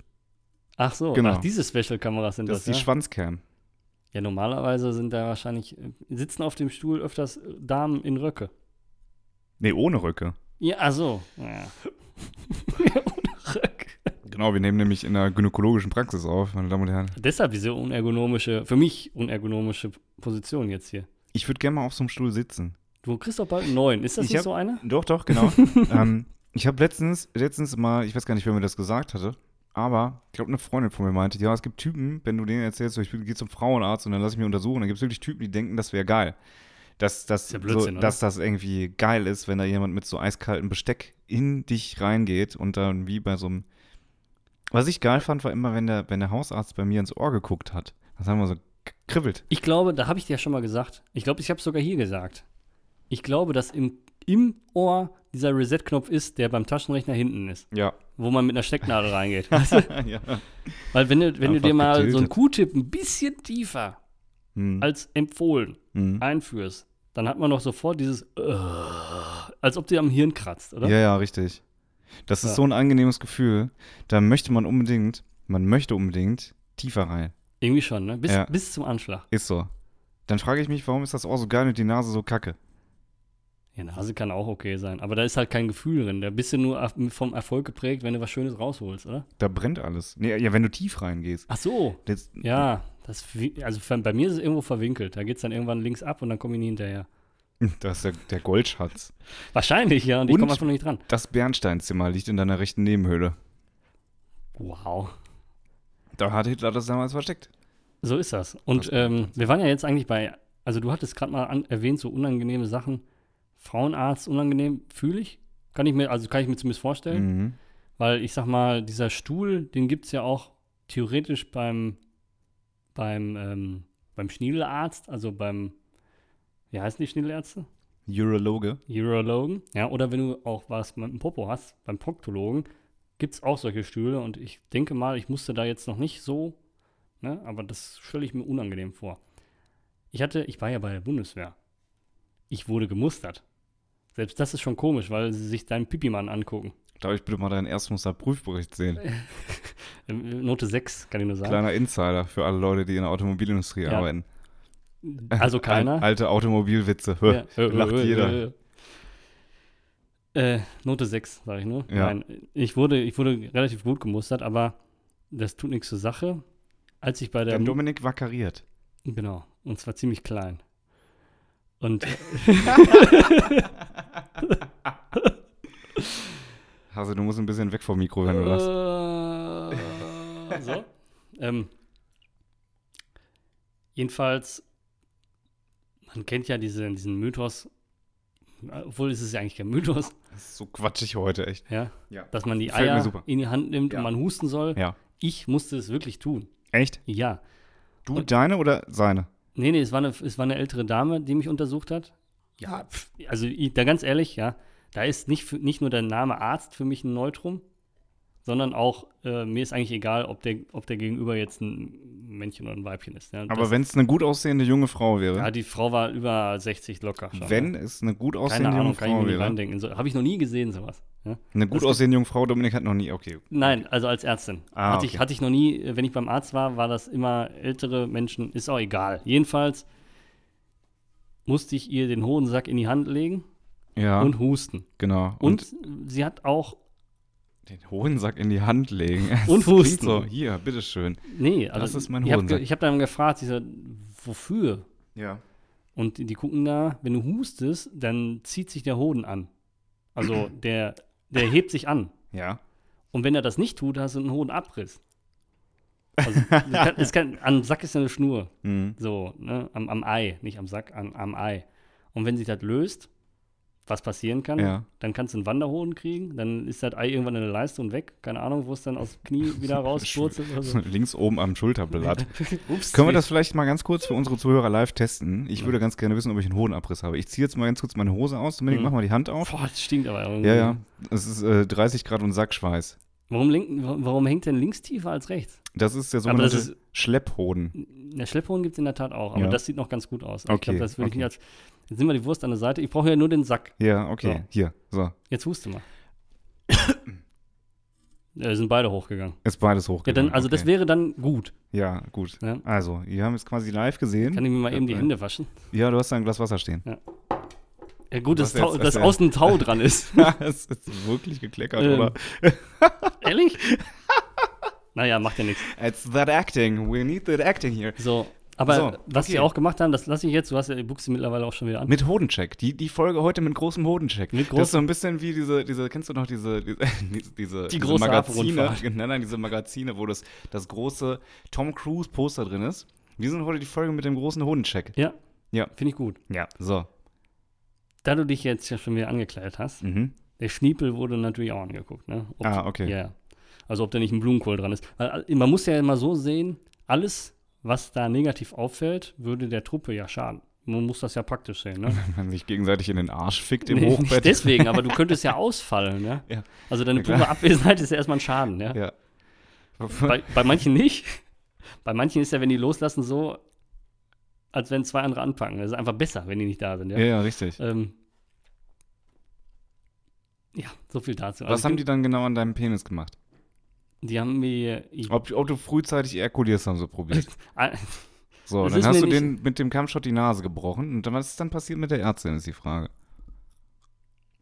S2: Ach so,
S1: Genau.
S2: ach, diese Special-Kameras sind
S1: Das
S2: das,
S1: ist die
S2: ja?
S1: Schwanzcam.
S2: Ja, normalerweise sind da wahrscheinlich, äh, sitzen auf dem Stuhl öfters äh, Damen in Röcke.
S1: Nee, ohne Röcke.
S2: Ja, ach so. Ja. Ohne Röcke.
S1: Genau, wir nehmen nämlich in der gynäkologischen Praxis auf, meine Damen und Herren.
S2: Deshalb diese unergonomische, für mich unergonomische Position jetzt hier.
S1: Ich würde gerne mal auf so einem Stuhl sitzen.
S2: Du kriegst doch bald einen neuen. Ist das
S1: Ich
S2: nicht
S1: hab-
S2: so einer?
S1: Doch, doch, genau. ähm, ich habe letztens, letztens mal, ich weiß gar nicht, wer mir das gesagt hatte, aber ich glaube, eine Freundin von mir meinte, ja, es gibt Typen, wenn du denen erzählst, so, ich gehe zum Frauenarzt und dann lass ich mich untersuchen, dann gibt es wirklich Typen, die denken, das wäre geil. Dass, dass,
S2: Ist ja Blödsinn,
S1: so,
S2: oder?
S1: dass das irgendwie geil ist, wenn da jemand mit so eiskaltem Besteck in dich reingeht und dann wie bei so einem. Was ich geil fand, war immer, wenn der, wenn der Hausarzt bei mir ins Ohr geguckt hat. Das haben wir so kribbelt.
S2: Ich glaube, da habe ich dir ja schon mal gesagt. Ich glaube, ich habe es sogar hier gesagt. Ich glaube, dass im, im Ohr dieser Reset-Knopf ist, der beim Taschenrechner hinten ist,
S1: Ja.
S2: wo man mit einer Stecknadel reingeht. Weißt du?
S1: ja.
S2: Weil wenn du, wenn du
S1: Einfach
S2: dir mal so einen
S1: getötet.
S2: Q-Tipp ein bisschen tiefer
S1: Hm.
S2: als empfohlen
S1: Hm.
S2: einführst, dann hat man noch sofort dieses, äh, als ob dir am Hirn kratzt, oder?
S1: Ja, ja, richtig. Das
S2: Ja.
S1: ist so ein angenehmes Gefühl. Da möchte man unbedingt, man möchte unbedingt tiefer rein.
S2: Irgendwie schon, ne? Bis,
S1: Ja.
S2: bis zum Anschlag.
S1: Ist so. Dann frage ich mich, warum ist das Ohr so geil und die Nase so kacke?
S2: Ja, Nase kann auch okay sein, aber da ist halt kein Gefühl drin. Da bist du nur af- vom Erfolg geprägt, wenn du was Schönes rausholst, oder?
S1: Da brennt alles. Nee, ja, wenn du tief reingehst.
S2: Ach so.
S1: Das,
S2: Ja, das, wie- also für- bei mir ist es irgendwo verwinkelt. Da geht es dann irgendwann links ab und dann komme ich nie hinterher.
S1: das ist der, der Goldschatz.
S2: Wahrscheinlich, ja, und ich
S1: Und-
S2: komme einfach noch nicht dran.
S1: Das Bernsteinzimmer liegt in deiner rechten Nebenhöhle.
S2: Wow.
S1: Da hat Hitler das damals versteckt.
S2: So ist das. Und
S1: Das-
S2: ähm, wir waren ja jetzt eigentlich bei, also du hattest gerade mal an, erwähnt, so unangenehme Sachen. Frauenarzt unangenehm, fühle ich. Kann ich mir, also kann ich mir zumindest vorstellen.
S1: Mhm.
S2: Weil ich sag mal, dieser Stuhl, den gibt es ja auch theoretisch beim, beim, ähm, beim Schniedelarzt, also beim, wie heißen die Schniedelärzte?
S1: Urologe.
S2: Urologen. Ja, oder wenn du auch was mit dem Popo hast, beim Proktologen, gibt es auch solche Stühle und ich denke mal, ich musste da jetzt noch nicht so, ne, aber das stelle ich mir unangenehm vor. Ich hatte, ich war ja bei der Bundeswehr. Ich wurde gemustert. Selbst das ist schon komisch, weil sie sich deinen Pipimann angucken.
S1: Darf ich bitte mal deinen Erstmusterprüfbericht sehen?
S2: Ähm, Note 6, kann ich nur sagen.
S1: Kleiner Insider für alle Leute, die in der Automobilindustrie
S2: Ja.
S1: arbeiten.
S2: Also
S1: Al
S2: keiner.
S1: alte Automobilwitze.
S2: Ja.
S1: Also, Lacht jeder.
S2: Äh, Note 6, sage ich nur.
S1: Ja.
S2: Nein, ich wurde, ich wurde relativ gut gemustert, aber das tut nichts zur Sache. Als ich bei der.
S1: Denn Dominik war kariert.
S2: genau, und zwar ziemlich klein. Und
S1: Also du musst ein bisschen weg vom Mikro, wenn du das.
S2: Äh, so. ähm, jedenfalls, man kennt ja diese, diesen Mythos, obwohl es ist ja eigentlich kein Mythos,
S1: Das ist so quatschig heute, echt.
S2: ja,
S1: Ja.
S2: dass man die
S1: Gefällt mir
S2: Eier
S1: super.
S2: in die Hand nimmt
S1: Ja.
S2: und man husten soll.
S1: Ja.
S2: Ich musste es wirklich tun.
S1: Echt?
S2: Ja.
S1: Du,
S2: Und-
S1: deine oder seine?
S2: Nee, nee, es war eine, es war eine ältere Dame, die mich untersucht hat. Ja, pf, also ich, da ganz ehrlich, ja, da ist nicht, für- nicht nur der Name Arzt für mich ein Neutrum, sondern auch, äh, mir ist eigentlich egal, ob der, ob der Gegenüber jetzt ein Männchen oder ein Weibchen ist. Ja,
S1: Aber
S2: das,
S1: wenn es eine gut aussehende junge Frau wäre.
S2: ja, die Frau war über 60 locker schon.
S1: wenn
S2: ja.
S1: es eine gut
S2: Keine
S1: aussehende junge
S2: Ahnung, kann ich
S1: Frau
S2: mir nicht
S1: wäre.
S2: reindenken. So, Habe ich noch nie gesehen, sowas. Ja?
S1: Eine gut
S2: Das-
S1: aussehende junge Frau, Dominik hat noch nie. Okay.
S2: Nein, also als Ärztin.
S1: Ah,
S2: hatte,
S1: okay.
S2: ich, hatte ich noch nie, äh, wenn ich beim Arzt war, war das immer ältere Menschen, ist auch egal. Jedenfalls musste ich ihr den Hodensack in die Hand legen
S1: Ja,
S2: und husten.
S1: genau.
S2: Und, sie hat auch,
S1: den Hohensack in die Hand legen. Das
S2: Und
S1: klingt
S2: husten.
S1: So, hier, bitteschön.
S2: nee, also
S1: Das ist mein
S2: ich habe
S1: Hodensack.
S2: hab dann gefragt, ich so, wofür?
S1: Ja.
S2: Und die, die gucken da, wenn du hustest, dann zieht sich der Hoden an. Also der, der hebt sich an.
S1: Ja.
S2: Und wenn er das nicht tut, hast du einen hohen Abriss. Also, es kann, es kann, am Sack ist ja eine Schnur.
S1: Mhm.
S2: So, ne? am, am Ei, nicht am Sack, am, am Ei. Und wenn sich das löst, was passieren kann,
S1: Ja.
S2: dann kannst du einen Wanderhoden kriegen, dann ist das Ei irgendwann in der Leiste und weg. Keine Ahnung, wo es dann aus dem Knie wieder rauspurzelt oder so.
S1: Links oben am Schulterblatt.
S2: Ups,
S1: Können wir das vielleicht mal ganz kurz für unsere Zuhörer live testen? Ich würde ganz gerne wissen, ob ich einen Hodenabriss habe. Ich ziehe jetzt mal ganz kurz meine Hose aus. Dominik,
S2: Mhm.
S1: mach mal die Hand auf.
S2: Boah, das stinkt aber irgendwie.
S1: Ja, ja. Es ist äh, 30 Grad und Sackschweiß.
S2: Warum, link, wa- warum hängt denn links tiefer als rechts?
S1: Das ist der
S2: Aber das
S1: sogenannte Schlepphoden.
S2: Der Schlepphoden gibt es in der Tat auch, aber
S1: Ja.
S2: das sieht noch ganz gut aus. Also Ich
S1: Okay,
S2: glaube, das würde ich
S1: okay.
S2: nicht als. Jetzt sind wir die Wurst an der Seite. Ich brauche ja nur den Sack.
S1: Ja, okay.
S2: So.
S1: Hier, so.
S2: Jetzt huste mal. äh, sind beide hochgegangen.
S1: Ist beides
S2: Ja,
S1: hochgegangen.
S2: dann, also das
S1: okay.
S2: wäre dann gut.
S1: Ja, gut.
S2: Ja.
S1: Also, wir haben jetzt quasi live gesehen.
S2: Kann ich mir mal eben die Hände waschen?
S1: Ja, du hast da ein Glas Wasser stehen.
S2: Ja, gut,
S1: Was
S2: dass,
S1: jetzt?
S2: Tau,
S1: Was
S2: dass
S1: denn?
S2: außen ein Tau dran ist.
S1: Es ist wirklich gekleckert,
S2: Ähm.
S1: oder?
S2: Ehrlich? naja, macht ja nichts.
S1: It's that acting. We need that acting here.
S2: So, aber
S1: So,
S2: was
S1: okay.
S2: sie auch gemacht haben, das lasse ich jetzt. Du hast ja die Buchse mittlerweile auch schon wieder an.
S1: Mit Hodencheck. Die, die Folge heute mit großem Hodencheck. das
S2: Mit
S1: ist
S2: großem-
S1: so ein bisschen wie diese, diese kennst du noch diese, diese, diese, diese
S2: große
S1: Magazine?
S2: Hafenrundfahrt.
S1: Nein, nein, diese Magazine, wo das, das große Tom Cruise Poster drin ist. Wir sind heute die Folge mit dem großen Hodencheck.
S2: ja,
S1: Ja.
S2: finde ich gut.
S1: Ja. So.
S2: Da du dich jetzt ja schon wieder angekleidet hast,
S1: Mhm.
S2: der Schniepel wurde natürlich auch angeguckt. Ne? Ob,
S1: Ah, okay.
S2: Ja, ja. Also ob da nicht ein Blumenkohl dran ist. Weil, äh, man muss ja immer so sehen, alles, was da negativ auffällt, würde der Truppe ja schaden. Man muss das ja praktisch sehen. Ne?
S1: Wenn man sich gegenseitig in den Arsch fickt im
S2: Nee,
S1: Hochbett.
S2: Nicht deswegen, aber du könntest ja ausfallen. Ne?
S1: Ja.
S2: Also deine
S1: Ja, klar.
S2: pure Abwesenheit ist ja erstmal ein Schaden. Ja?
S1: Ja.
S2: Bei, bei manchen nicht. Bei manchen ist ja, wenn die loslassen, so, als wenn zwei andere anpacken. Das ist einfach besser, wenn die nicht da sind. Ja,
S1: ja, ja, richtig.
S2: ähm, ja so viel dazu.
S1: Was
S2: Also
S1: haben
S2: ich
S1: die Oh. dann genau an deinem Penis gemacht?
S2: Also Die haben mir. ich-
S1: Ob, ob du frühzeitig ejakulierst, haben sie probiert.
S2: Ah,
S1: So,
S2: Das
S1: dann
S2: ist
S1: hast
S2: mir
S1: du
S2: nicht-
S1: den mit dem Kammschott die Nase gebrochen. Und dann, was ist dann passiert mit der Ärztin, ist die Frage.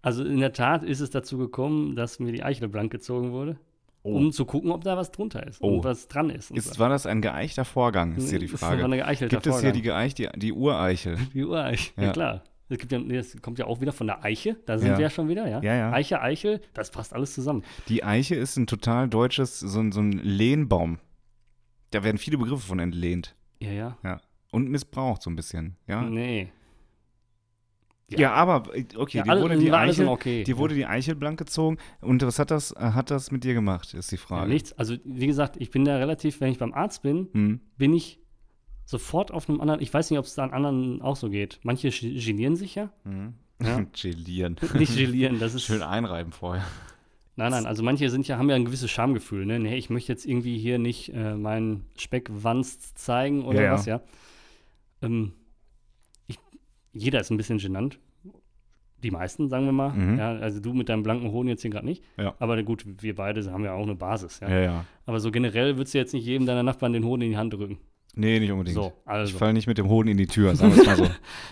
S2: Also in der Tat ist es dazu gekommen, dass mir die Eichel blank gezogen wurde, um zu gucken, ob da was drunter ist
S1: Oh.
S2: und was dran ist. Und
S1: Ist, war das ein geeichter Vorgang, ist hier die
S2: Das war
S1: Frage.
S2: eine geeichelte
S1: Gibt es hier die,
S2: Vorgang.
S1: Geeich, die, die Ureichel?
S2: die Ureich? Ja,
S1: Ja.
S2: klar. Das, gibt ja, nee, das kommt ja auch wieder von der Eiche. Da sind
S1: Ja.
S2: wir ja schon wieder, ja?
S1: Ja, ja.
S2: Eiche, Eichel, das passt alles zusammen.
S1: Die Eiche ist ein total deutsches, so, ein- so ein Lehnbaum. Da werden viele Begriffe von entlehnt.
S2: Ja, ja.
S1: Ja. Und missbraucht so ein bisschen. Ja,
S2: Nee.
S1: ja. aber, äh, okay,
S2: ja,
S1: die,
S2: alles,
S1: wurde die,
S2: war alles im
S1: Eichel,
S2: okay.
S1: die wurde die Eichel blank gezogen. Und was hat das, äh, hat das mit dir gemacht, ist die
S2: ja,
S1: Frage.
S2: nichts. Also, wie gesagt, ich bin da relativ, wenn ich beim Arzt bin,
S1: Hm.
S2: bin ich sofort auf einem anderen. Ich weiß nicht, ob es da an anderen auch so geht. Manche ge- genieren sich ja.
S1: Hm.
S2: Ja.
S1: Gelieren.
S2: Nicht gelieren, das ist.
S1: Schön einreiben vorher.
S2: Nein, nein, also manche sind ja, haben ja ein gewisses Schamgefühl, ne? Nee, ich möchte jetzt irgendwie hier nicht äh, meinen Speckwanst zeigen oder
S1: Ja, ja.
S2: was, ja. Ähm, ich, jeder ist ein bisschen genannt. Die meisten, sagen wir mal.
S1: Mhm.
S2: Ja, also du mit deinem blanken Hohn jetzt hier gerade nicht.
S1: Ja.
S2: Aber gut, wir beide haben ja auch eine Basis, ja.
S1: Ja, ja.
S2: Aber so generell würdest du jetzt nicht jedem deiner Nachbarn den Hohn in die Hand drücken.
S1: Nee, nicht unbedingt.
S2: So,
S1: Ich
S2: also.
S1: falle nicht mit dem Hoden in die Tür, sagen wir es mal so.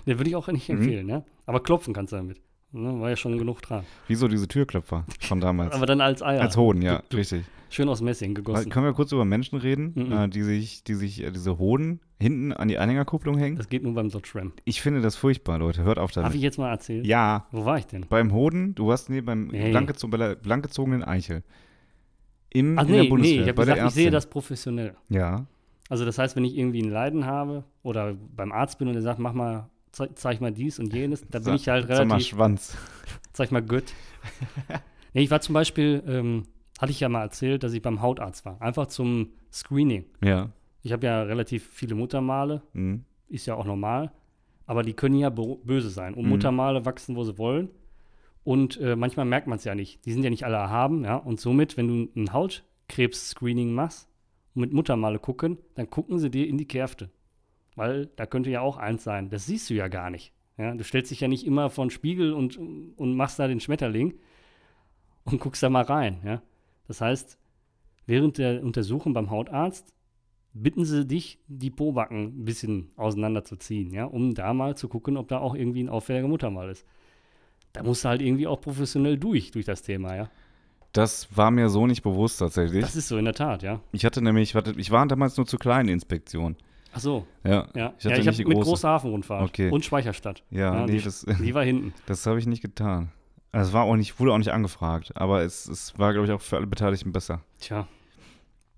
S2: Den würde ich auch nicht
S1: Mhm.
S2: empfehlen, ja. Aber klopfen kannst du damit. Ne? War ja schon genug dran.
S1: Wieso diese Türklopfer von damals?
S2: Aber dann als Eier.
S1: Als Hoden, ja, richtig.
S2: Schön aus Messing
S1: Weil,
S2: gegossen.
S1: können wir kurz über Menschen reden,
S2: Mhm.
S1: äh, die sich, die sich äh, diese Hoden hinten an die Anhängerkupplung hängen?
S2: Das geht nur beim Dodge-Ram.
S1: Ich finde das furchtbar, Leute. Hört auf
S2: Darf
S1: damit.
S2: ich jetzt mal erzählen?
S1: Ja,
S2: Wo war ich denn?
S1: beim Hoden, du warst nee, beim
S2: Nee.
S1: blank, gezo bei der blank gezogenen Eichel. Im,
S2: Ach
S1: in der
S2: nee, nee,
S1: Bundeswehr,
S2: ich habe
S1: bei der
S2: gesagt, ich sehe
S1: Ärztin.
S2: das professionell.
S1: Ja,
S2: Also das heißt, wenn ich irgendwie ein Leiden habe oder beim Arzt bin und er sagt, mach mal, ze zeig mal dies und jenes, da bin
S1: Sag-
S2: ich halt
S1: sag mal
S2: relativ,
S1: Schwanz.
S2: zeig mal gut. nee, ich war zum Beispiel, ähm, hatte ich ja mal erzählt, dass ich beim Hautarzt war. Einfach zum Screening.
S1: Ja.
S2: Ich habe ja relativ viele Muttermale,
S1: Mhm.
S2: ist ja auch normal, aber die können ja bo- böse sein. Und
S1: Mhm.
S2: Muttermale wachsen, wo sie wollen. Und äh, manchmal merkt man es ja nicht. Die sind ja nicht alle erhaben, ja. Und somit, wenn du ein Hautkrebs-Screening machst und mit Muttermale gucken, dann gucken sie dir in die Kärfte. Weil da könnte ja auch eins sein. Das siehst du ja gar nicht. Ja? Du stellst dich ja nicht immer vor den Spiegel und, und machst da den Schmetterling und guckst da mal rein. Ja? Das heißt, während der Untersuchung beim Hautarzt bitten sie dich, die Pobacken ein bisschen auseinanderzuziehen, ja, um da mal zu gucken, ob da auch irgendwie ein auffälliger Muttermal ist. Da musst du halt irgendwie auch professionell durch, durch das Thema, ja.
S1: Das war mir so nicht bewusst tatsächlich.
S2: Das ist so in der Tat, ja.
S1: ich hatte nämlich, warte, ich war damals nur zur kleinen Inspektion.
S2: Ach so,
S1: Ja,
S2: ja.
S1: ich hatte
S2: ja, ich
S1: nicht
S2: hab
S1: die
S2: mit
S1: große.
S2: großer Hafenrundfahrt
S1: Okay.
S2: und Speicherstadt.
S1: ja,
S2: Ja,
S1: nee, das,
S2: Die war hinten.
S1: Das habe ich nicht getan. Also es war auch nicht, wurde auch nicht angefragt, aber es, es war, glaube ich, auch für alle Beteiligten besser.
S2: Tja,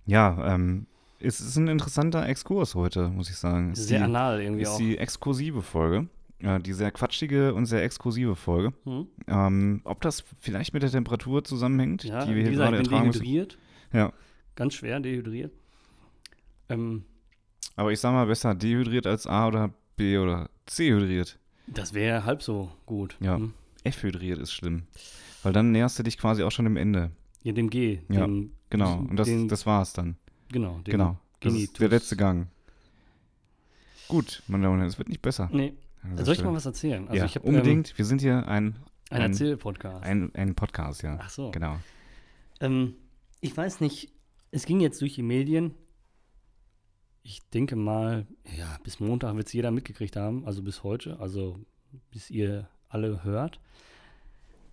S1: Ja, ähm, es ist ein interessanter Exkurs heute, muss ich sagen. Es Ist
S2: sehr
S1: die,
S2: anal irgendwie
S1: ist
S2: auch.
S1: die exkursive Folge. Ja, die sehr quatschige und sehr exkursive Folge.
S2: Hm?
S1: Ähm, ob das vielleicht mit der Temperatur zusammenhängt,
S2: Ja,
S1: die wir
S2: wie
S1: hier
S2: gesagt,
S1: gerade
S2: ich bin
S1: ertragen müssen.
S2: dehydriert,
S1: Ja.
S2: ganz schwer dehydriert. Ähm,
S1: Aber ich sag mal besser dehydriert als A oder B oder C hydriert.
S2: das wäre halb so gut.
S1: Ja.
S2: Hm?
S1: F hydriert ist schlimm. Weil dann näherst du dich quasi auch schon dem Ende.
S2: ja dem G.
S1: Ja,
S2: Dem,
S1: Genau. Und das,
S2: Mhm. Den-
S1: das war's dann.
S2: genau, dem,
S1: Genau. Das ist der
S2: Genitus.
S1: letzte Gang. Gut, meine Damen und Herren, es wird nicht besser.
S2: Nee,
S1: an dieser
S2: Hm. soll ich
S1: Stelle.
S2: mal was erzählen? Also
S1: ja,
S2: ich hab,
S1: unbedingt. Wir sind hier ein,
S2: Ähm, ein
S1: Ein-
S2: Erzählpodcast.
S1: ein, ein Podcast, ja.
S2: Ach so.
S1: Genau.
S2: Ähm, ich weiß nicht, es ging jetzt durch die Medien. Ich denke mal, ja, bis Montag wird es jeder mitgekriegt haben, also bis heute, also bis ihr alle hört.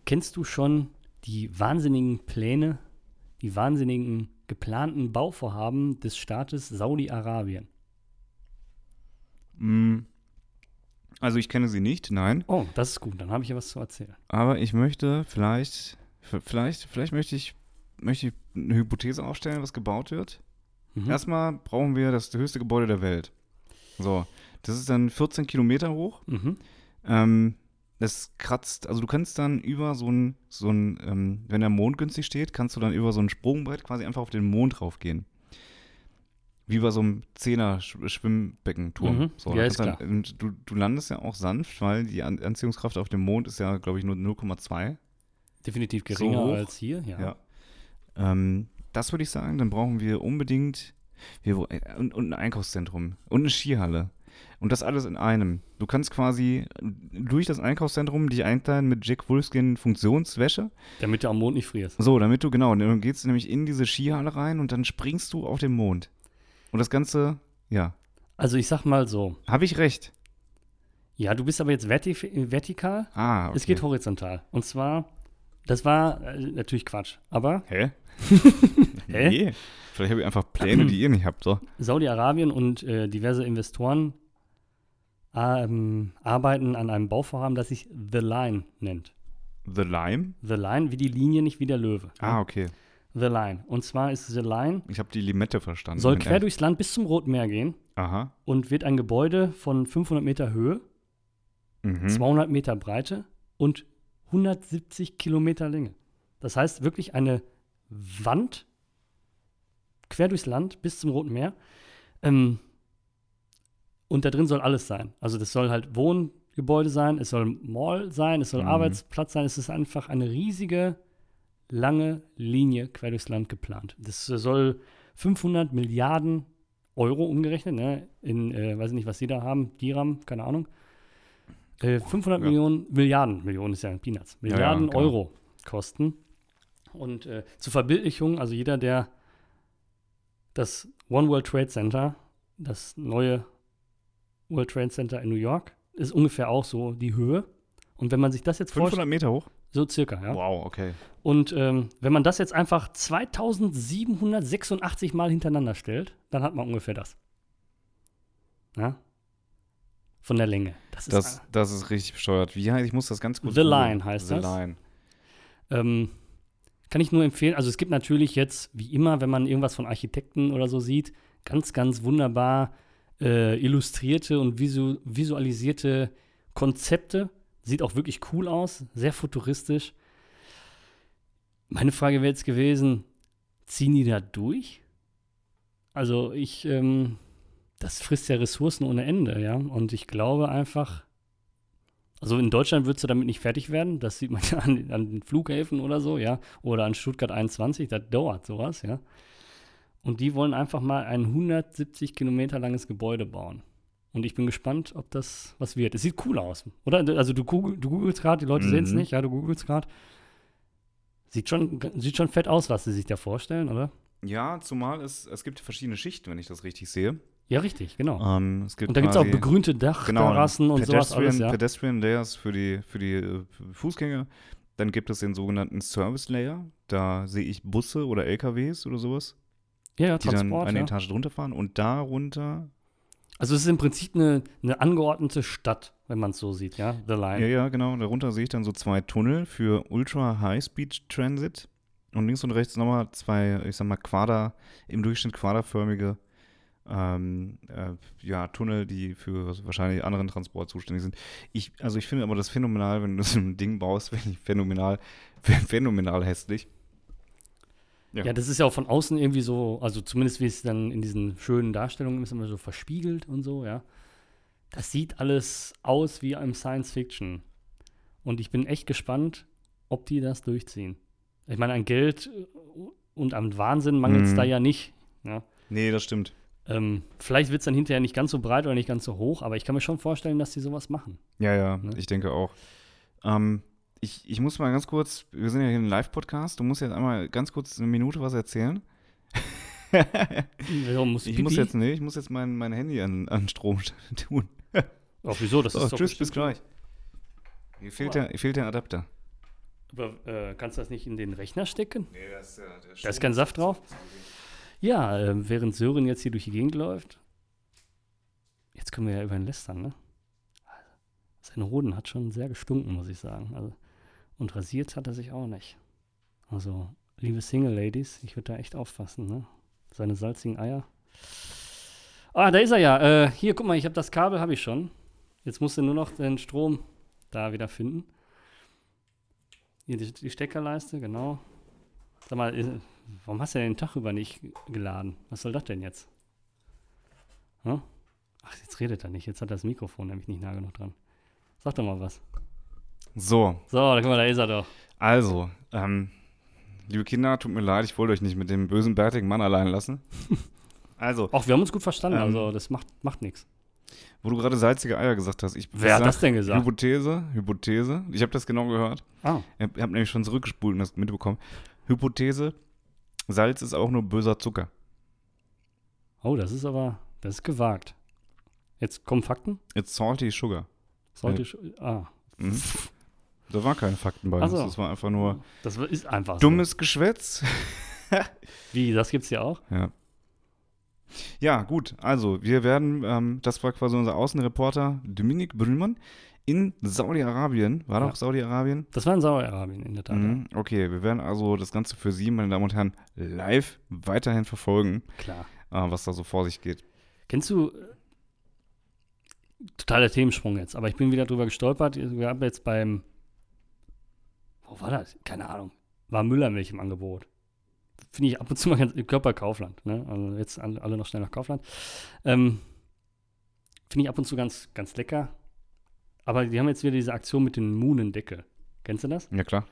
S2: Kennst du schon die wahnsinnigen Pläne, die wahnsinnigen geplanten Bauvorhaben des Staates Saudi-Arabien?
S1: Mm. Also ich kenne sie nicht, nein.
S2: Oh, das ist gut, dann habe ich ja was zu erzählen.
S1: Aber ich möchte vielleicht, v- vielleicht, vielleicht möchte ich, möchte ich eine Hypothese aufstellen, was gebaut wird.
S2: Mhm.
S1: Erstmal brauchen wir das höchste Gebäude der Welt. So, das ist dann 14 Kilometer hoch.
S2: Mhm.
S1: Ähm, das kratzt, also du kannst dann über so ein, so ein ähm, wenn der Mond günstig steht, kannst du dann über so ein Sprungbrett quasi einfach auf den Mond raufgehen. Wie bei so einem Zehner-Schwimmbeckenturm.
S2: Mhm.
S1: So,
S2: Ja,
S1: dann
S2: ist
S1: kannst
S2: klar.
S1: Dann, und du, du landest ja auch sanft, weil die An Anziehungskraft auf dem Mond ist ja, glaube ich, nur 0,2.
S2: Definitiv geringer
S1: hoch?
S2: als hier, ja.
S1: Ja. Ähm, das würde ich sagen, dann brauchen wir unbedingt wir, wo- äh, und, und ein Einkaufszentrum und eine Skihalle. Und das alles in einem. Du kannst quasi durch das Einkaufszentrum dich einteilen mit Jack Wolfskin Funktionswäsche.
S2: Damit du am Mond nicht frierst.
S1: So, damit du, genau, dann gehst du nämlich in diese Skihalle rein und dann springst du auf den Mond. Und das Ganze, ja.
S2: Also ich sag mal so,
S1: Habe ich recht?
S2: ja, du bist aber jetzt verti vertikal,
S1: Ah, okay.
S2: es geht horizontal. Und zwar, das war äh, natürlich Quatsch, aber
S1: Hä?
S2: Hä?
S1: Nee. Vielleicht habe ich einfach Pläne, die ihr nicht habt, so.
S2: Saudi-Arabien und äh, diverse Investoren ähm, arbeiten an einem Bauvorhaben, das sich The Line nennt.
S1: The Lime?
S2: The Line, wie die Linie, nicht wie der Löwe.
S1: Ah, okay.
S2: The Line. Und zwar ist The Line,
S1: Ich habe die Limette verstanden.
S2: soll
S1: Wenn
S2: quer durchs Land bis zum Roten Meer gehen
S1: er- Aha.
S2: und wird ein Gebäude von 500 Meter Höhe,
S1: Mhm.
S2: 200 Meter Breite und 170 Kilometer Länge. Das heißt wirklich eine Wand quer durchs Land bis zum Roten Meer. Ähm, und da drin soll alles sein. Also das soll halt Wohngebäude sein, es soll Mall sein, es soll
S1: Mhm.
S2: Arbeitsplatz sein. Es ist einfach eine riesige, lange Linie quer durchs Land geplant. Das soll 500 Milliarden Euro umgerechnet, ne? in, äh, weiß ich nicht, was die da haben, Diram, keine Ahnung. Äh, 500
S1: Ja.
S2: Millionen, Milliarden, Millionen ist ja ein Peanuts,
S1: ja,
S2: Milliarden
S1: genau.
S2: Euro kosten. Und äh, zur Verbildlichung, also jeder, der das One World Trade Center, das neue World Trade Center in New York, ist ungefähr auch so die Höhe. Und wenn man sich das jetzt vorstellt,
S1: 500 Meter hoch?
S2: so circa, ja.
S1: Wow, okay.
S2: Und ähm, wenn man das jetzt einfach 2786 Mal hintereinander stellt, dann hat man ungefähr das. Na? Von der Länge. Das ist
S1: Das, das ist richtig bescheuert. Wie heißt, ich muss das ganz kurz.
S2: The
S1: googeln.
S2: Line heißt
S1: The
S2: das.
S1: Line.
S2: Ähm, kann ich nur empfehlen. Also es gibt natürlich jetzt, wie immer, wenn man irgendwas von Architekten oder so sieht, ganz, ganz wunderbar äh, illustrierte und visu visualisierte Konzepte. Sieht auch wirklich cool aus, sehr futuristisch. Meine Frage wäre jetzt gewesen, ziehen die da durch? Also ich, ähm, das frisst ja Ressourcen ohne Ende, ja. Und ich glaube einfach, also in Deutschland würdest du damit nicht fertig werden. Das sieht man ja an, an den Flughäfen oder so, ja. Oder an Stuttgart 21, das dauert sowas, ja. Und die wollen einfach mal ein 170 Kilometer langes Gebäude bauen. Und ich bin gespannt, ob das was wird. Es sieht cool aus, oder? Also du, googel- du googelst gerade, die Leute
S1: Mhm.
S2: sehen es nicht, ja, du googelst gerade. Sieht schon, sieht schon fett aus, was sie sich da vorstellen, oder?
S1: Ja, zumal es, es gibt verschiedene Schichten, wenn ich das richtig sehe.
S2: Ja, richtig, genau.
S1: Ähm, es gibt
S2: und da gibt es auch
S1: quasi- genau,
S2: begrünte Dachterrassen und sowas
S1: Pedestrian,
S2: alles, ja.
S1: Pedestrian Layers für die, für die äh, Fußgänger. Dann gibt es den sogenannten Service Layer. Da sehe ich Busse oder LKWs oder sowas,
S2: Ja, ja,
S1: die dann
S2: Transport.
S1: eine
S2: ja.
S1: Etage drunter fahren. Und darunter,
S2: Also es ist im Prinzip eine, eine angeordnete Stadt, wenn man es so sieht, ja, The Line.
S1: ja, ja, genau, darunter sehe ich dann so zwei Tunnel für Ultra High Speed Transit. Und links und rechts nochmal zwei, ich sag mal, Quader, im Durchschnitt quaderförmige ähm, äh, ja, Tunnel, die für wahrscheinlich anderen Transport zuständig sind. Ich, also ich finde aber das phänomenal, wenn du so ein Ding baust, finde ich phänomenal, phänomenal hässlich.
S2: Ja, das ist ja auch von außen irgendwie so, also zumindest wie es dann in diesen schönen Darstellungen ist, immer so verspiegelt und so, ja. Das sieht alles aus wie im Science Fiction. Und ich bin echt gespannt, ob die das durchziehen. Ich meine, an Geld äh, und an Wahnsinn mangelt es
S1: Mhm.
S2: da ja nicht.
S1: Nee, das stimmt.
S2: Ähm, vielleicht wird es dann hinterher nicht ganz so breit oder nicht ganz so hoch, aber ich kann mir schon vorstellen, dass die sowas machen.
S1: Ja, ja,
S2: Ne?
S1: ich denke auch. Ähm, ich, ich muss mal ganz kurz, wir sind ja hier ein Live-Podcast, du musst jetzt einmal ganz kurz eine Minute was erzählen.
S2: Wieso, muss
S1: Ich muss
S2: Pipi?
S1: jetzt, nee, ich muss jetzt mein, mein Handy an, an Strom tun.
S2: Ach, Oh, wieso? Das
S1: So,
S2: ist doch
S1: Oh, tschüss, bis gleich. Hier fehlt,
S2: Guck
S1: der, hier fehlt der Adapter.
S2: Aber, äh, kannst du das nicht in den Rechner stecken?
S1: Nee, das ist ja der
S2: Da ist kein Saft drauf. Ja, äh, während Sören jetzt hier durch die Gegend läuft. Jetzt können wir ja über ihn lästern, ne? Sein Hoden hat schon sehr gestunken, muss ich sagen. Also, und rasiert hat er sich auch nicht. Also, liebe Single-Ladies, ich würde da echt aufpassen, ne? Seine salzigen Eier. Ah, da ist er ja. Äh, hier, guck mal, ich habe das Kabel, habe ich schon. Jetzt musst du nur noch den Strom da wieder finden. Hier die, die Steckerleiste, genau. Sag mal, äh, warum hast du denn den Tag über nicht geladen? Was soll das denn jetzt? Hm? Ach, jetzt redet er nicht. Jetzt hat er das Mikrofon nämlich nicht nah genug dran. Sag doch mal was.
S1: So,
S2: So, da, guck mal, da ist er doch.
S1: also, ähm, liebe Kinder, tut mir leid, ich wollte euch nicht mit dem bösen bärtigen Mann allein lassen. Also,
S2: Auch wir haben uns gut verstanden,
S1: Ähm.
S2: also das macht, macht nichts.
S1: Wo du gerade salzige Eier gesagt hast. Ich
S2: Wer hat
S1: sag
S2: das denn gesagt?
S1: Hypothese, Hypothese. Ich habe das genau gehört.
S2: Ah,
S1: Ich habe hab nämlich schon zurückgespult und das mitbekommen. Hypothese, Salz ist auch nur böser Zucker.
S2: oh, das ist aber, das ist gewagt. Jetzt kommen Fakten?
S1: It's salty sugar.
S2: Sollte
S1: Nee.
S2: ich, ah,
S1: Mhm. Da war keine Fakten bei
S2: Ach
S1: uns.
S2: so.
S1: Das war einfach nur
S2: das ist einfach
S1: dummes Geschwätz.
S2: so. Wie, das gibt's ja auch?
S1: Ja. Ja, gut. Also, wir werden, ähm, das war quasi unser Außenreporter Dominik Brümann in Saudi-Arabien. War
S2: Ja.
S1: doch Saudi-Arabien?
S2: Das war in Saudi-Arabien in der Tat. ja.
S1: Mhm. Okay, wir werden also das Ganze für Sie, meine Damen und Herren, live weiterhin verfolgen,
S2: Klar.
S1: äh, was da so vor sich geht.
S2: Kennst du, äh, totaler Themensprung jetzt, aber ich bin wieder drüber gestolpert. Wir haben jetzt beim, wo war das? Keine Ahnung. War Müllermilch im Angebot. Finde ich ab und zu mal ganz, ich glaub bei Kaufland, ne? Also jetzt an- alle noch schnell nach Kaufland. Ähm, Finde ich ab und zu ganz, ganz lecker. Aber die haben jetzt wieder diese Aktion mit dem Munendeckel. Kennst du das?
S1: Ja, klar.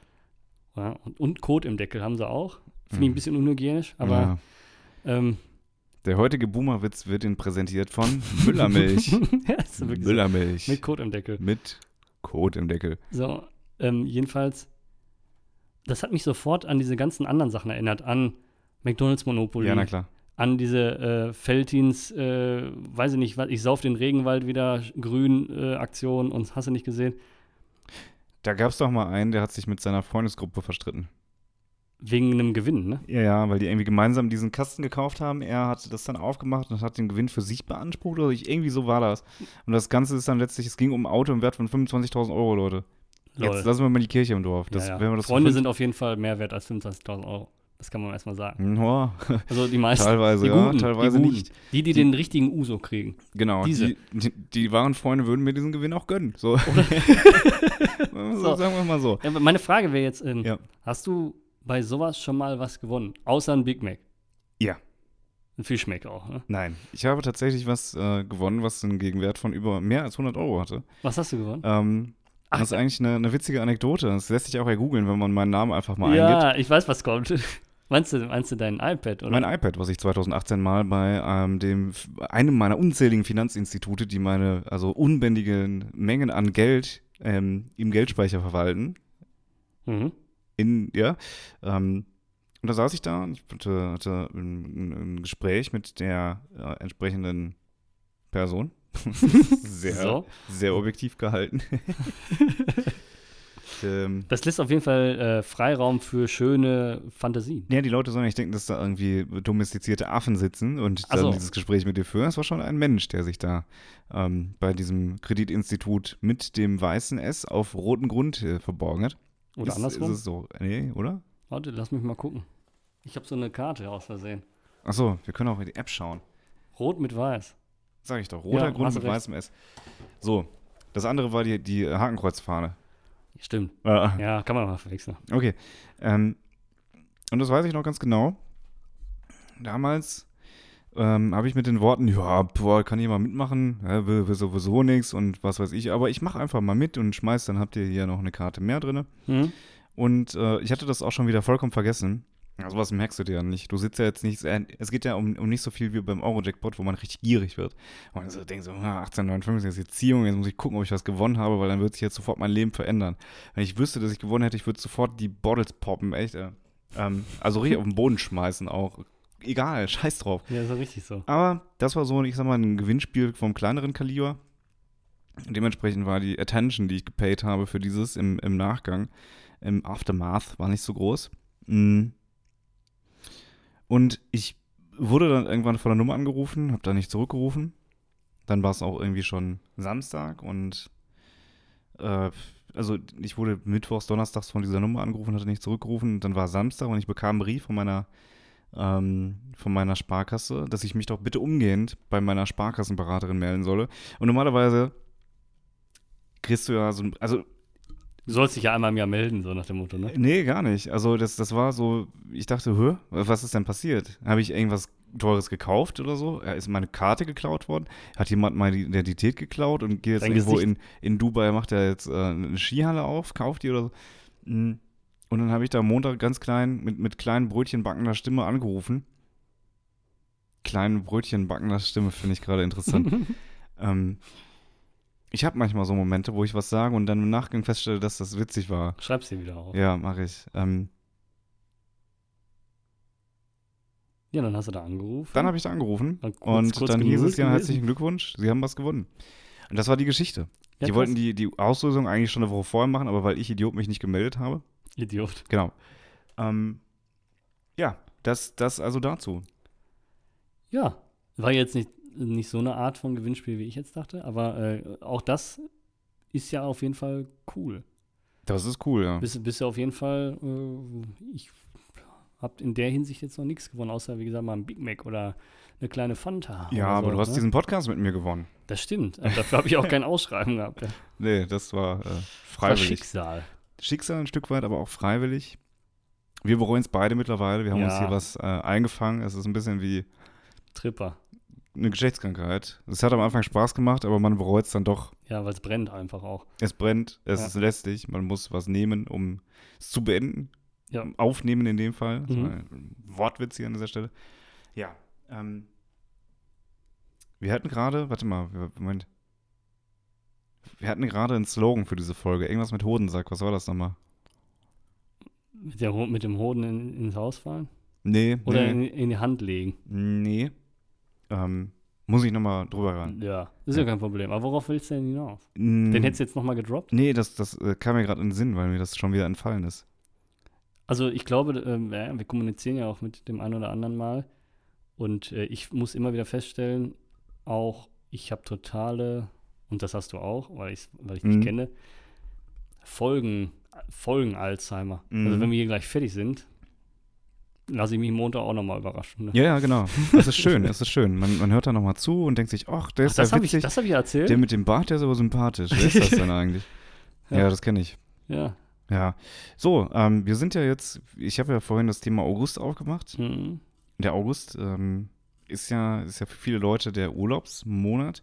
S2: Ja, und, und Kot im Deckel haben sie auch. Finde ich ein
S1: Mhm.
S2: bisschen unhygienisch, aber
S1: ja.
S2: ähm,
S1: Der heutige Boomerwitz wird Ihnen präsentiert von Müllermilch.
S2: ja, ist wirklich so.
S1: Müllermilch.
S2: Mit
S1: Mit,
S2: Kot im Deckel.
S1: Kot im Deckel.
S2: So, ähm, jedenfalls, das hat mich sofort an diese ganzen anderen Sachen erinnert, an McDonalds Monopoly,
S1: Ja, na klar.
S2: an diese äh, Feltins, äh, weiß ich nicht, was, ich sauf den Regenwald wieder, grün äh, Aktion und hast du nicht gesehen,
S1: Da gab es doch mal einen, der hat sich mit seiner Freundesgruppe verstritten.
S2: wegen einem Gewinn, ne?
S1: Ja, ja, weil die irgendwie gemeinsam diesen Kasten gekauft haben. Er hat das dann aufgemacht und hat den Gewinn für sich beansprucht. Oder ich, irgendwie so war das. Und das Ganze ist dann letztlich, es ging um ein Auto im Wert von 25.000 Euro, Leute.
S2: Lol.
S1: Jetzt lassen wir mal die Kirche im Dorf. Das,
S2: ja, ja.
S1: Wenn wir das
S2: Freunde
S1: fünf-
S2: sind auf jeden Fall mehr wert als 25.000 Euro. Das kann man erstmal sagen.
S1: Ja,
S2: Also die meisten.
S1: Ne? teilweise
S2: die
S1: ja,
S2: Guten,
S1: teilweise
S2: die Guten,
S1: nicht.
S2: Die, die, den richtigen Uso kriegen.
S1: Genau,
S2: Diese.
S1: die, die, die wahren Freunde würden mir diesen Gewinn auch gönnen. So.
S2: So. Oh.
S1: so. Sagen wir mal so.
S2: Ja, aber meine Frage wäre jetzt, ähm,
S1: Ja.
S2: hast du bei sowas schon mal was gewonnen? Außer ein Big Mac?
S1: Ja.
S2: Ein Fischmeck auch, ne?
S1: Nein, ich habe tatsächlich was äh, gewonnen, was einen Gegenwert von über mehr als 100 Euro hatte.
S2: Was hast du gewonnen?
S1: Ähm, das ist eigentlich eine, eine witzige Anekdote. Das lässt sich auch ja googeln, wenn man meinen Namen einfach mal eingibt.
S2: ja, ich weiß, was kommt. Meinst du, meinst du dein iPad? Oder?
S1: Mein iPad, was ich 2018 mal bei ähm, dem, einem meiner unzähligen Finanzinstitute, die meine also unbändigen Mengen an Geld ähm, im Geldspeicher verwalten,
S2: mhm.
S1: in, ja, ähm, und da saß ich da und ich hatte, hatte ein, ein- ein Gespräch mit der äh, entsprechenden Person. sehr,
S2: So.
S1: sehr objektiv gehalten. ähm,
S2: Das lässt auf jeden Fall äh, Freiraum für schöne Fantasien.
S1: Ja, die Leute sollen nicht denken, dass da irgendwie domestizierte Affen sitzen und
S2: Ach
S1: dann
S2: so.
S1: dieses Gespräch mit dir führen. Es war schon ein Mensch, der sich da ähm, bei diesem Kreditinstitut mit dem weißen S auf roten Grund äh, verborgen hat.
S2: Oder
S1: ist,
S2: andersrum?
S1: Ist es so? Nee, oder?
S2: Warte, lass mich mal gucken. Ich habe so eine Karte aus Versehen.
S1: Achso, wir können auch in die App schauen.
S2: Rot mit weiß.
S1: Sag ich doch. Roter
S2: Ja,
S1: Grund
S2: hast du
S1: mit
S2: recht.
S1: weißem S. So, das andere war die, die Hakenkreuzfahne.
S2: Stimmt.
S1: Äh,
S2: Ja, kann man mal verwechseln.
S1: Okay. Ähm, und das weiß ich noch ganz genau. Damals ähm, habe ich mit den Worten, ja, boah, kann jemand mitmachen, ja, will, will sowieso nichts und was weiß ich, aber ich mache einfach mal mit und schmeiß, dann habt ihr hier noch eine Karte mehr drin.
S2: Mhm.
S1: Und äh, ich hatte das auch schon wieder vollkommen vergessen. Ja, sowas merkst du dir ja nicht. Du sitzt ja jetzt nicht, äh, es geht ja um, um nicht so viel wie beim Eurojackpot, wo man richtig gierig wird. Und man so denkt so, ah, 18,59 ist jetzt Ziehung, jetzt muss ich gucken, ob ich was gewonnen habe, weil dann wird sich jetzt sofort mein Leben verändern. Wenn ich wüsste, dass ich gewonnen hätte, ich würde sofort die Bottles poppen, echt. Äh, ähm, also richtig auf den Boden schmeißen auch. Egal, scheiß drauf.
S2: Ja, ist ja richtig so.
S1: Aber das war so, ich sag mal, ein Gewinnspiel vom kleineren Kaliber. Dementsprechend war die Attention, die ich gepaid habe für dieses im, im Nachgang, im Aftermath, war nicht so groß. Mm. Und ich wurde dann irgendwann von der Nummer angerufen, habe da nicht zurückgerufen. Dann war es auch irgendwie schon Samstag und äh, also ich wurde mittwochs, donnerstags von dieser Nummer angerufen, hatte nicht zurückgerufen. Dann war Samstag und ich bekam einen Brief von meiner ähm, von meiner Sparkasse, dass ich mich doch bitte umgehend bei meiner Sparkassenberaterin melden solle. Und normalerweise kriegst du ja so ein, also
S2: Du sollst dich ja einmal im Jahr melden, so nach dem Motto, ne?
S1: nee, gar nicht. Also das, das war so, ich dachte, hä, was ist denn passiert? Habe ich irgendwas Teures gekauft oder so? Ja, Ist meine Karte geklaut worden? Hat jemand meine Identität geklaut und geht jetzt
S2: Dein
S1: irgendwo in,
S2: Gesicht?
S1: in Dubai, macht er jetzt äh, eine Skihalle auf, kauft die oder so? Mm. Und dann habe ich da am Montag ganz klein, mit, mit kleinen Brötchen backender Stimme angerufen. Kleinen Brötchen backender Stimme finde ich gerade interessant. Ähm, ich habe manchmal so Momente, wo ich was sage und dann im Nachgang feststelle, dass das witzig war.
S2: Schreib's dir wieder auf. Ja.
S1: Ja, mache ich. Ähm,
S2: dann hast du da angerufen.
S1: dann habe ich da angerufen
S2: Dann kurz-
S1: und
S2: kurz
S1: dann hieß es
S2: genudelt
S1: ja
S2: gewesen.
S1: herzlichen Glückwunsch, Sie haben was gewonnen. Und das war die Geschichte.
S2: ja,
S1: die
S2: krass.
S1: wollten die, die Auslösung eigentlich schon eine Woche vorher machen, aber weil ich Idiot mich nicht gemeldet habe.
S2: Idiot.
S1: Genau. Ähm, ja, das, das also dazu.
S2: Ja. War jetzt nicht, nicht so eine Art von Gewinnspiel, wie ich jetzt dachte, aber äh, auch das ist ja auf jeden Fall cool.
S1: Hm. Das ist cool, ja.
S2: Bist, bist du auf jeden Fall, äh, ich hab in der Hinsicht jetzt noch nichts gewonnen, außer wie gesagt mal ein Big Mac oder eine kleine Fanta.
S1: Ja,
S2: oder
S1: aber
S2: so,
S1: du hast
S2: ne?
S1: diesen Podcast mit mir gewonnen.
S2: Das stimmt. Aber dafür habe ich auch kein Ausschreiben gehabt. Ja.
S1: Nee, das war äh,
S2: Das
S1: freiwillig.
S2: Schicksal.
S1: Schicksal ein Stück weit, aber auch freiwillig. Wir bereuen es beide mittlerweile. Wir haben uns
S2: Ja.
S1: hier was äh, eingefangen. Es ist ein bisschen wie
S2: Tripper.
S1: eine Geschlechtskrankheit. Es hat am Anfang Spaß gemacht, aber man bereut es dann doch.
S2: Ja, weil es brennt einfach auch.
S1: Es brennt, es
S2: Ja.
S1: ist lästig. Man muss was nehmen, um es zu beenden. Um
S2: Ja.
S1: Aufnehmen in dem Fall. Das
S2: Mhm.
S1: war ein Wortwitz hier an dieser Stelle. Ja. Ähm, wir hatten gerade, warte mal, wir- Moment. Wir hatten gerade einen Slogan für diese Folge. Irgendwas mit Hodensack. Was war das nochmal?
S2: Mit, der, Ho- mit dem Hoden in, ins Haus fallen?
S1: Nee.
S2: Oder
S1: nee.
S2: in, in die Hand legen?
S1: Nee. Ähm, muss ich nochmal drüber ran.
S2: Ja, ist ja. kein Problem. Aber worauf willst du denn hinaus?
S1: Den
S2: Den hättest du jetzt nochmal gedroppt?
S1: nee, das, das äh, kam mir gerade in den Sinn, weil mir das schon wieder entfallen ist.
S2: Also ich glaube, ähm, ja, wir kommunizieren ja auch mit dem einen oder anderen mal. Und äh, ich muss immer wieder feststellen, auch ich habe totale, und das hast du auch, weil, ich's- weil ich dich
S1: Mhm.
S2: kenne, Folgen, Folgen Alzheimer.
S1: Mhm.
S2: Also wenn wir hier gleich fertig sind, lasse ich mich Montag auch nochmal überraschen. Ne?
S1: Ja, ja, genau. Das ist schön, das ist schön. Man, man hört da nochmal zu und denkt sich, ach, der
S2: Ach,
S1: ist
S2: das
S1: ja
S2: habe ich,
S1: witzig.
S2: das hab ich erzählt?
S1: der mit dem Bart, der ist aber sympathisch. Wer ist das denn eigentlich? ja.
S2: Ja.
S1: das kenne ich.
S2: ja.
S1: Ja. So, ähm, wir sind ja jetzt, ich habe ja vorhin das Thema August aufgemacht.
S2: Mhm.
S1: Der August ähm, ist, ja, ist ja für viele Leute der Urlaubsmonat.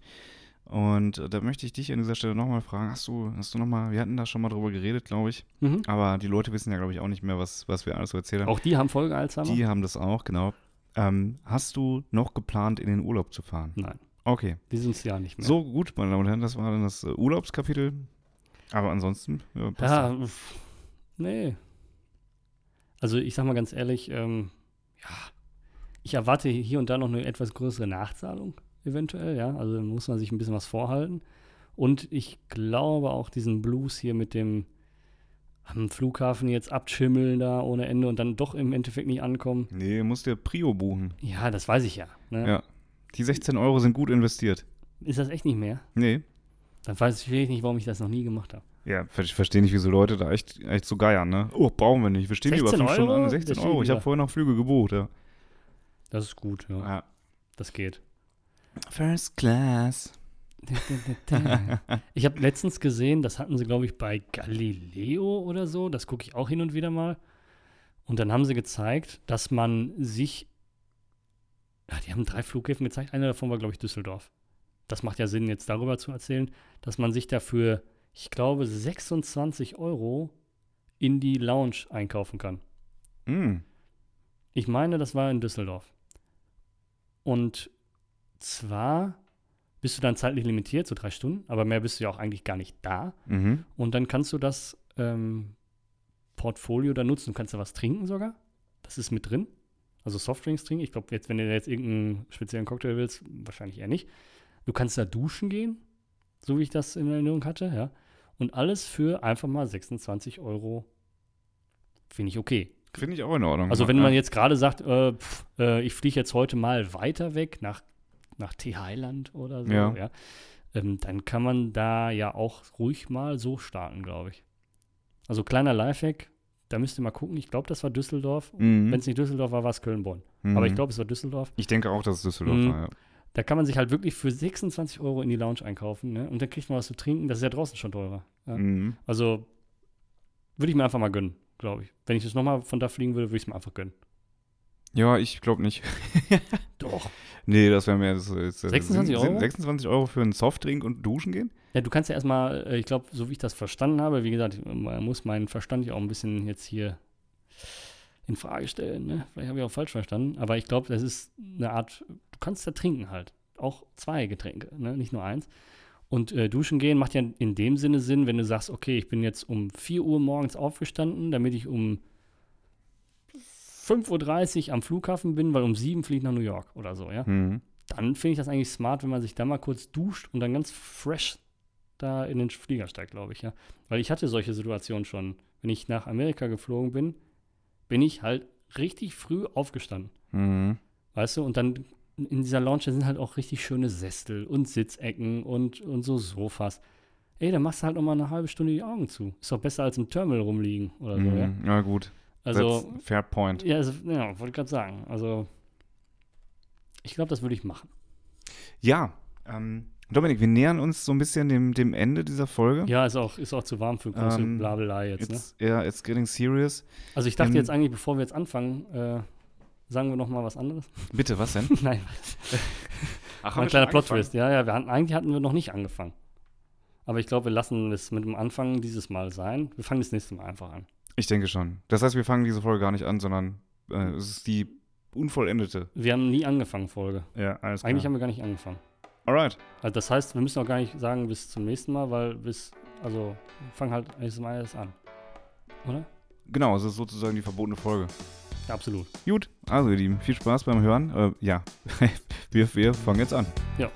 S1: Und äh, da möchte ich dich an dieser Stelle nochmal fragen, hast du, hast du nochmal, wir hatten da schon mal drüber geredet, glaube ich.
S2: Mhm.
S1: Aber die Leute wissen ja, glaube ich, auch nicht mehr, was, was wir alles so erzählt haben.
S2: Auch die haben Folgen Alzheimer?
S1: die haben das auch, genau. Ähm, hast du noch geplant, in den Urlaub zu fahren?
S2: Nein,
S1: Okay.
S2: dieses Jahr nicht mehr.
S1: So gut, meine Damen und Herren, das war dann das äh, Urlaubskapitel. Aber ansonsten, ja, passt
S2: Ja, pff, nee. Also ich sag mal ganz ehrlich, ähm, ja, ich erwarte hier und da noch eine etwas größere Nachzahlung, eventuell, ja. Also da muss man sich ein bisschen was vorhalten. Und ich glaube auch diesen Blues hier mit dem am Flughafen jetzt abschimmeln da ohne Ende und dann doch im Endeffekt nicht ankommen.
S1: Nee, musst dir Prio buchen.
S2: Ja, das weiß ich ja. Ne?
S1: Ja. Die 16 Euro sind gut investiert.
S2: Ist das echt nicht mehr?
S1: Nee.
S2: Dann weiß ich wirklich nicht, warum ich das noch nie gemacht habe.
S1: Ja, ver- ich verstehe nicht, wieso Leute da echt, echt so geiern, ne? Oh, brauchen wir nicht. Wir stehen hier über
S2: 16
S1: fünf Stunden
S2: Euro?
S1: an. 16
S2: Das
S1: Euro.
S2: steht
S1: Ich habe
S2: wieder.
S1: vorher noch Flüge gebucht, ja.
S2: Das ist gut, ja.
S1: ja.
S2: Das geht.
S1: First Class.
S2: Ich habe letztens gesehen, das hatten sie, glaube ich, bei Galileo oder so. Das gucke ich auch hin und wieder mal. Und dann haben sie gezeigt, dass man sich. Ja, die haben drei Flughäfen gezeigt. Einer davon war, glaube ich, Düsseldorf. Das macht ja Sinn, jetzt darüber zu erzählen, dass man sich dafür, ich glaube, 26 Euro in die Lounge einkaufen kann.
S1: Mm.
S2: Ich meine, das war in Düsseldorf. Und zwar bist du dann zeitlich limitiert, so drei Stunden, aber mehr bist du ja auch eigentlich gar nicht da.
S1: Mhm.
S2: Und dann kannst du das ähm, Portfolio da nutzen. Du kannst da was trinken sogar. Das ist mit drin. Also Softdrinks trinken. Ich glaube, jetzt, wenn du jetzt irgendeinen speziellen Cocktail willst, wahrscheinlich eher nicht. Du kannst da duschen gehen, so wie ich das in Erinnerung hatte, ja. Und alles für einfach mal 26 Euro. Finde ich okay.
S1: Finde ich auch in Ordnung.
S2: Also wenn man
S1: Mhm. Ja.
S2: jetzt gerade sagt, äh, pf, äh, ich fliege jetzt heute mal weiter weg nach, nach Thailand oder so,
S1: Ja.
S2: ja. ähm, dann kann man da ja auch ruhig mal so starten, glaube ich. Also kleiner Lifehack, da müsst ihr mal gucken. Ich glaube, das war Düsseldorf.
S1: Mhm.
S2: Wenn es nicht Düsseldorf war, war es Köln-Bonn.
S1: Mhm.
S2: Aber ich glaube, es war Düsseldorf.
S1: Ich denke auch, dass es Düsseldorf
S2: Mhm.
S1: war, ja.
S2: Da kann man sich halt wirklich für 26 Euro in die Lounge einkaufen. Ne? Und dann kriegt man was zu trinken. Das ist ja draußen schon teurer. Ja.
S1: Mhm.
S2: Also würde ich mir einfach mal gönnen, glaube ich. Wenn ich das nochmal von da fliegen würde, würde ich es mir einfach gönnen.
S1: Ja, ich glaube nicht.
S2: Doch.
S1: Nee, das wäre mir. Das, ist-
S2: 26
S1: äh, sind- sind
S2: Euro?
S1: 26 Euro für einen Softdrink und duschen gehen?
S2: Ja, du kannst ja erstmal, äh, ich glaube, so wie ich das verstanden habe, wie gesagt, man muss meinen Verstand ja auch ein bisschen jetzt hier in Frage stellen. Ne? Vielleicht habe ich auch falsch verstanden, aber ich glaube, das ist eine Art, du kannst da trinken halt. auch zwei Getränke, ne? nicht nur eins. Und äh, duschen gehen macht ja in dem Sinne Sinn, wenn du sagst, okay, ich bin jetzt um 4 Uhr morgens aufgestanden, damit ich um 5.30 Uhr am Flughafen bin, weil um 7 fliege ich nach New York oder so, ja.
S1: Mhm.
S2: Dann finde ich das eigentlich smart, wenn man sich da mal kurz duscht und dann ganz fresh da in den Flieger steigt, glaube ich, ja. Weil ich hatte solche Situationen schon. Wenn ich nach Amerika geflogen bin, bin ich halt richtig früh aufgestanden.
S1: Mhm.
S2: Weißt du, und dann in dieser Lounge da sind halt auch richtig schöne Sessel und Sitzecken und, und so Sofas. Ey, dann machst du halt noch mal eine halbe Stunde die Augen zu. Ist doch besser als im Terminal rumliegen oder so,
S1: Mhm.
S2: ja.
S1: Ja, gut.
S2: Also,
S1: That's fair point.
S2: ja, also, ja, wollte gerade sagen. Also, ich glaube, das würde ich machen.
S1: Ja, ähm, Dominik, wir nähern uns so ein bisschen dem, dem Ende dieser Folge.
S2: Ja, ist auch, ist auch zu warm für große
S1: Ähm,
S2: Blabla jetzt, ne?
S1: It's, yeah, it's getting serious.
S2: Also, ich dachte
S1: ähm,
S2: jetzt eigentlich, bevor wir jetzt anfangen, äh, sagen wir noch mal was anderes.
S1: Bitte, was denn?
S2: Nein,
S1: Ach, haben
S2: War ein
S1: wir schon
S2: kleiner
S1: angefangen?
S2: Plot-Twist. Ja, ja, wir hatten, eigentlich hatten wir noch nicht angefangen. Aber ich glaube, wir lassen es mit dem Anfang dieses Mal sein. Wir fangen das nächste Mal einfach an.
S1: Ich denke schon. Das heißt, wir fangen diese Folge gar nicht an, sondern äh, es ist die unvollendete.
S2: Wir haben nie angefangen, Folge.
S1: Ja, alles
S2: Eigentlich
S1: klar.
S2: haben wir gar nicht angefangen.
S1: Alright.
S2: Also das heißt, wir müssen auch gar nicht sagen bis zum nächsten Mal, weil bis, also wir fangen halt nächstes Mal erst an. Oder?
S1: Genau, es ist sozusagen die verbotene Folge.
S2: Ja, absolut.
S1: Gut, also ihr Lieben, viel Spaß beim Hören. Äh, ja, wir, wir fangen jetzt an.
S2: Ja.